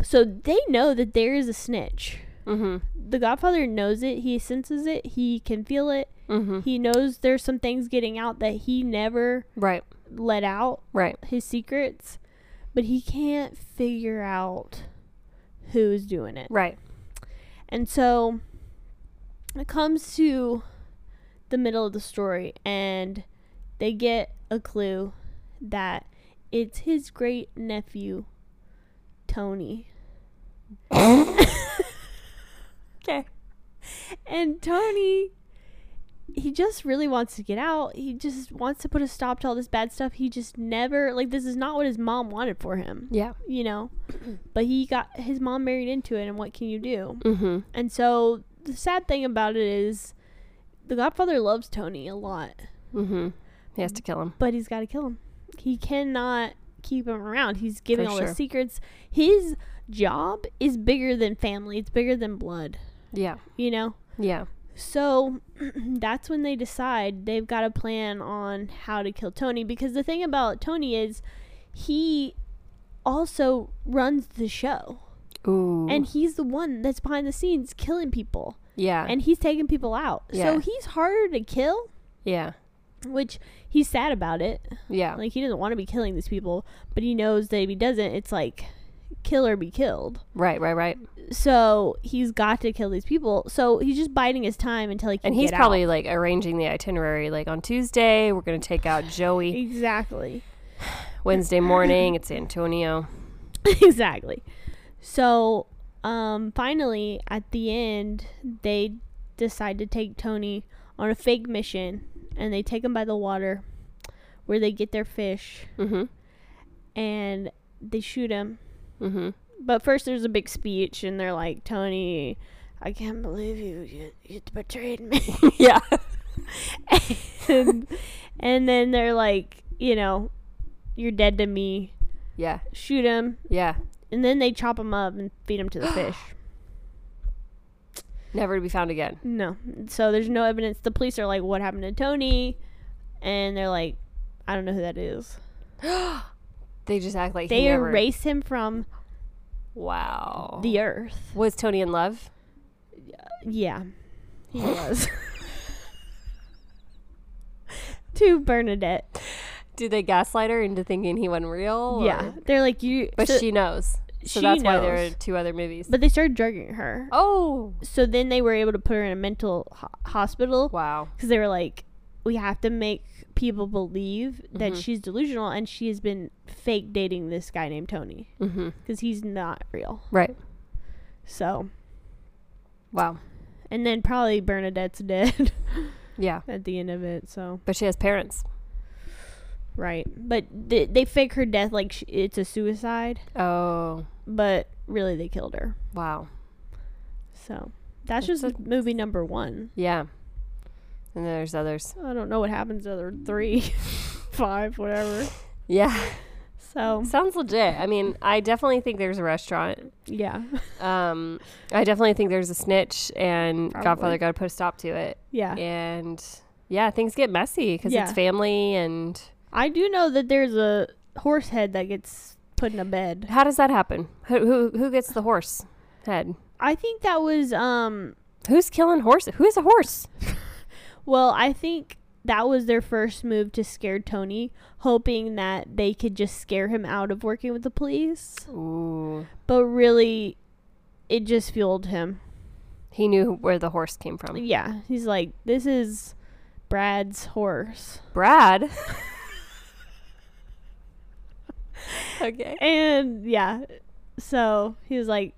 Speaker 3: So they know that there is a snitch.
Speaker 1: Mm-hmm.
Speaker 3: The Godfather knows it. He senses it. He can feel it.
Speaker 1: Mm-hmm.
Speaker 3: He knows there's some things getting out that he never
Speaker 1: Right.
Speaker 3: let out
Speaker 1: Right.
Speaker 3: his secrets, but he can't figure out who is doing it.
Speaker 1: Right.
Speaker 3: And so it comes to the middle of the story, and they get a clue that it's his great nephew, Tony.
Speaker 1: Okay.
Speaker 3: And Tony, he just really wants to get out. He just wants to put a stop to all this bad stuff. He just never, like, this is not what his mom wanted for him,
Speaker 1: Yeah.
Speaker 3: you know? But he got his mom married into it, and what can you do?
Speaker 1: Mm-hmm.
Speaker 3: And so the sad thing about it is the Godfather loves Tony a lot,
Speaker 1: Mm-hmm. He has to kill him.
Speaker 3: but he's got to kill him. He cannot keep him around. He's giving
Speaker 1: For
Speaker 3: all
Speaker 1: sure.
Speaker 3: his secrets. His job is bigger than family, it's bigger than blood,
Speaker 1: Yeah.
Speaker 3: you know?
Speaker 1: Yeah.
Speaker 3: So that's when they decide they've got a plan on how to kill Tony because the thing about Tony is he also runs the show.
Speaker 1: Ooh.
Speaker 3: and he's the one that's behind the scenes killing people
Speaker 1: yeah.
Speaker 3: and he's taking people out
Speaker 1: Yeah.
Speaker 3: so he's harder to kill
Speaker 1: yeah.
Speaker 3: which he's sad about it
Speaker 1: Yeah.
Speaker 3: like he doesn't want to be killing these people but he knows that if he doesn't it's like kill or be killed
Speaker 1: right, right, right.
Speaker 3: so he's got to kill these people so he's just biding his time until he can
Speaker 1: And he's
Speaker 3: get out.
Speaker 1: probably like arranging the itinerary like on Tuesday we're going to take out Joey.
Speaker 3: exactly
Speaker 1: Wednesday morning it's Antonio.
Speaker 3: exactly. So, um, finally, at the end, they decide to take Tony on a fake mission, and they take him by the water, where they get their fish,
Speaker 1: Mhm.
Speaker 3: and they shoot him. Mm-hmm.
Speaker 1: Mhm.
Speaker 3: But first, there's a big speech, and they're like, "Tony, I can't believe you. You, you betrayed me."
Speaker 1: yeah.
Speaker 3: and, and then they're like, "You know, you're dead to me.
Speaker 1: Yeah.
Speaker 3: Shoot him."
Speaker 1: Yeah.
Speaker 3: And then they chop him up and feed him to the fish.
Speaker 1: Never to be found again.
Speaker 3: No. So there's no evidence. The police are like, what happened to Tony? And they're like, I don't know who that is.
Speaker 1: They just act like
Speaker 3: They
Speaker 1: he never- Oh.
Speaker 3: erase him from
Speaker 1: Wow.
Speaker 3: the earth.
Speaker 1: was Tony in love?
Speaker 3: Yeah. He was. to Bernadette.
Speaker 1: Did they gaslight her into thinking he wasn't real?
Speaker 3: Yeah.
Speaker 1: or-
Speaker 3: They're like, you.
Speaker 1: But
Speaker 3: so-
Speaker 1: she knows. So
Speaker 3: she
Speaker 1: that's why there are
Speaker 3: knows.
Speaker 1: two other movies.
Speaker 3: But they started drugging her.
Speaker 1: oh.
Speaker 3: So then they were able to put her in a mental ho- hospital.
Speaker 1: Wow.
Speaker 3: because they were like, we have to make people believe that
Speaker 1: Mm-hmm.
Speaker 3: she's delusional and she has been fake dating this guy named Tony because
Speaker 1: Mhm.
Speaker 3: he's not real.
Speaker 1: Right.
Speaker 3: So,
Speaker 1: Wow.
Speaker 3: and then probably Bernadette's dead
Speaker 1: Yeah.
Speaker 3: at the end of it. So,
Speaker 1: But she has parents.
Speaker 3: right, but they, they fake her death like sh- it's a suicide,
Speaker 1: Oh.
Speaker 3: but really they killed her.
Speaker 1: Wow.
Speaker 3: So. That's
Speaker 1: That's
Speaker 3: just movie number one.
Speaker 1: Yeah. And then there's others.
Speaker 3: I don't know what happens to the other three, five, whatever.
Speaker 1: Yeah.
Speaker 3: So
Speaker 1: Sounds legit. I mean, I definitely think there's a restaurant.
Speaker 3: yeah,
Speaker 1: Um, I definitely think there's a snitch, and
Speaker 3: Probably.
Speaker 1: Godfather got to put a stop to it.
Speaker 3: yeah.
Speaker 1: And yeah, things get messy because
Speaker 3: Yeah.
Speaker 1: it's family. And
Speaker 3: I do know that there's a horse head that gets put in a bed.
Speaker 1: how does that happen? Who who, who gets the horse head?
Speaker 3: I think that was um
Speaker 1: Who's killing horses? Who is a horse?
Speaker 3: well, I think that was their first move to scare Tony, hoping that they could just scare him out of working with the police.
Speaker 1: Ooh.
Speaker 3: But really it just fueled him.
Speaker 1: He knew where the horse came from.
Speaker 3: Yeah, he's like this is Brad's horse.
Speaker 1: Brad. okay.
Speaker 3: And yeah, so he was like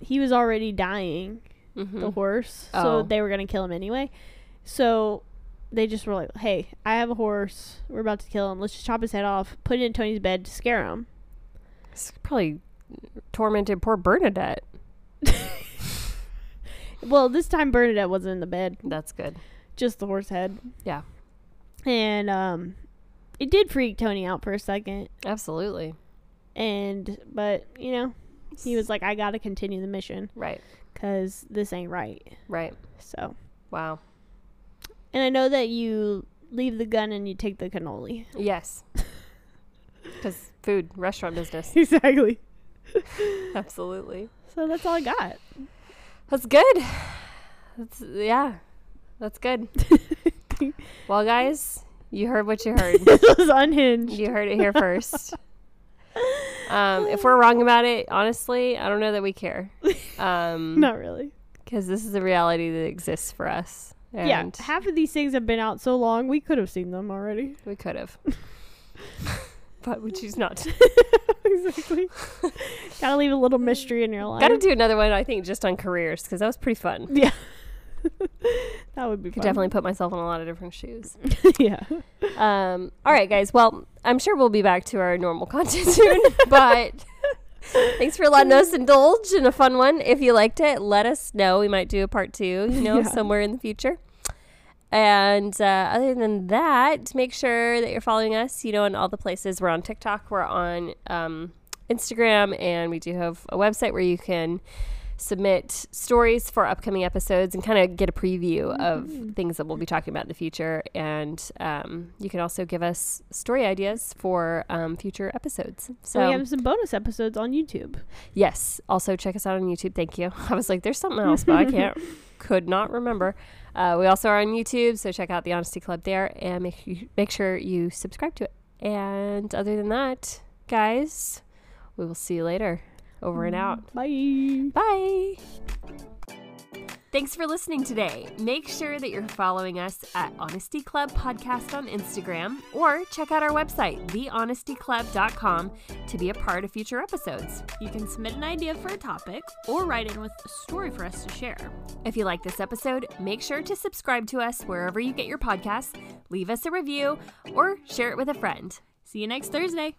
Speaker 3: he was already dying. the horse.
Speaker 1: Oh.
Speaker 3: So they were gonna kill him anyway. So they just were like, "Hey, I have a horse. We're about to kill him. Let's just chop his head off, put it in Tony's bed to scare him."
Speaker 1: It's probably tormented poor Bernadette.
Speaker 3: Well, this time Bernadette wasn't in the bed,
Speaker 1: That's good.
Speaker 3: just the horse head.
Speaker 1: Yeah.
Speaker 3: And um, it did freak Tony out for a second,
Speaker 1: Absolutely.
Speaker 3: and but you know, he was like, "I gotta continue the mission
Speaker 1: Right.
Speaker 3: because this ain't right."
Speaker 1: Right.
Speaker 3: So,
Speaker 1: Wow.
Speaker 3: and I know that you leave the gun and you take the cannoli.
Speaker 1: Yes. Because food, restaurant business.
Speaker 3: Exactly.
Speaker 1: Absolutely.
Speaker 3: So that's all I got.
Speaker 1: That's good. That's yeah. That's good. well, guys, you heard what you heard.
Speaker 3: this was unhinged.
Speaker 1: You heard it here first. Um, if we're wrong about it, honestly, I don't know that we care. Um,
Speaker 3: Not really.
Speaker 1: because this is a reality that exists for us. And
Speaker 3: yeah, half of these things have been out so long we could have seen them already.
Speaker 1: we could have, but we choose not to.
Speaker 3: exactly. Gotta leave a little mystery in your life.
Speaker 1: Got to do another one, I think, just on careers because that was pretty fun.
Speaker 3: yeah. that would be
Speaker 1: Could
Speaker 3: fun.
Speaker 1: definitely put myself in a lot of different shoes.
Speaker 3: yeah.
Speaker 1: Um, all right, guys. Well, I'm sure we'll be back to our normal content soon, but. Thanks for letting us indulge in a fun one. If you liked it, let us know. We might do a part two, you know,
Speaker 3: Yeah.
Speaker 1: somewhere in the future. And uh, other than that, make sure that you're following us, you know, in all the places. We're on TikTok, we're on um, Instagram, and we do have a website where you can submit stories for upcoming episodes and kind of get a preview of things that we'll be talking about in the future. And um, you can also give us story ideas for um, future episodes. So,
Speaker 3: And we have some bonus episodes on YouTube.
Speaker 1: yes, also check us out on YouTube. Thank you. I was like, there's something else, but I can't, could not remember. Uh, we also are on YouTube, so check out the Honesty Club there and make, you, make sure you subscribe to it. And other than that, guys, we will see you later. Over and out.
Speaker 3: Bye.
Speaker 1: Bye. Thanks for listening today. Make sure that you're following us at Honesty Club Podcast on Instagram or check out our website, thehonestyclub.com, to be a part of future episodes.
Speaker 2: You can submit an idea for a topic or write in with a story for us to share.
Speaker 1: If you like this episode, make sure to subscribe to us wherever you get your podcasts, leave us a review, or share it with a friend.
Speaker 2: See you next Thursday.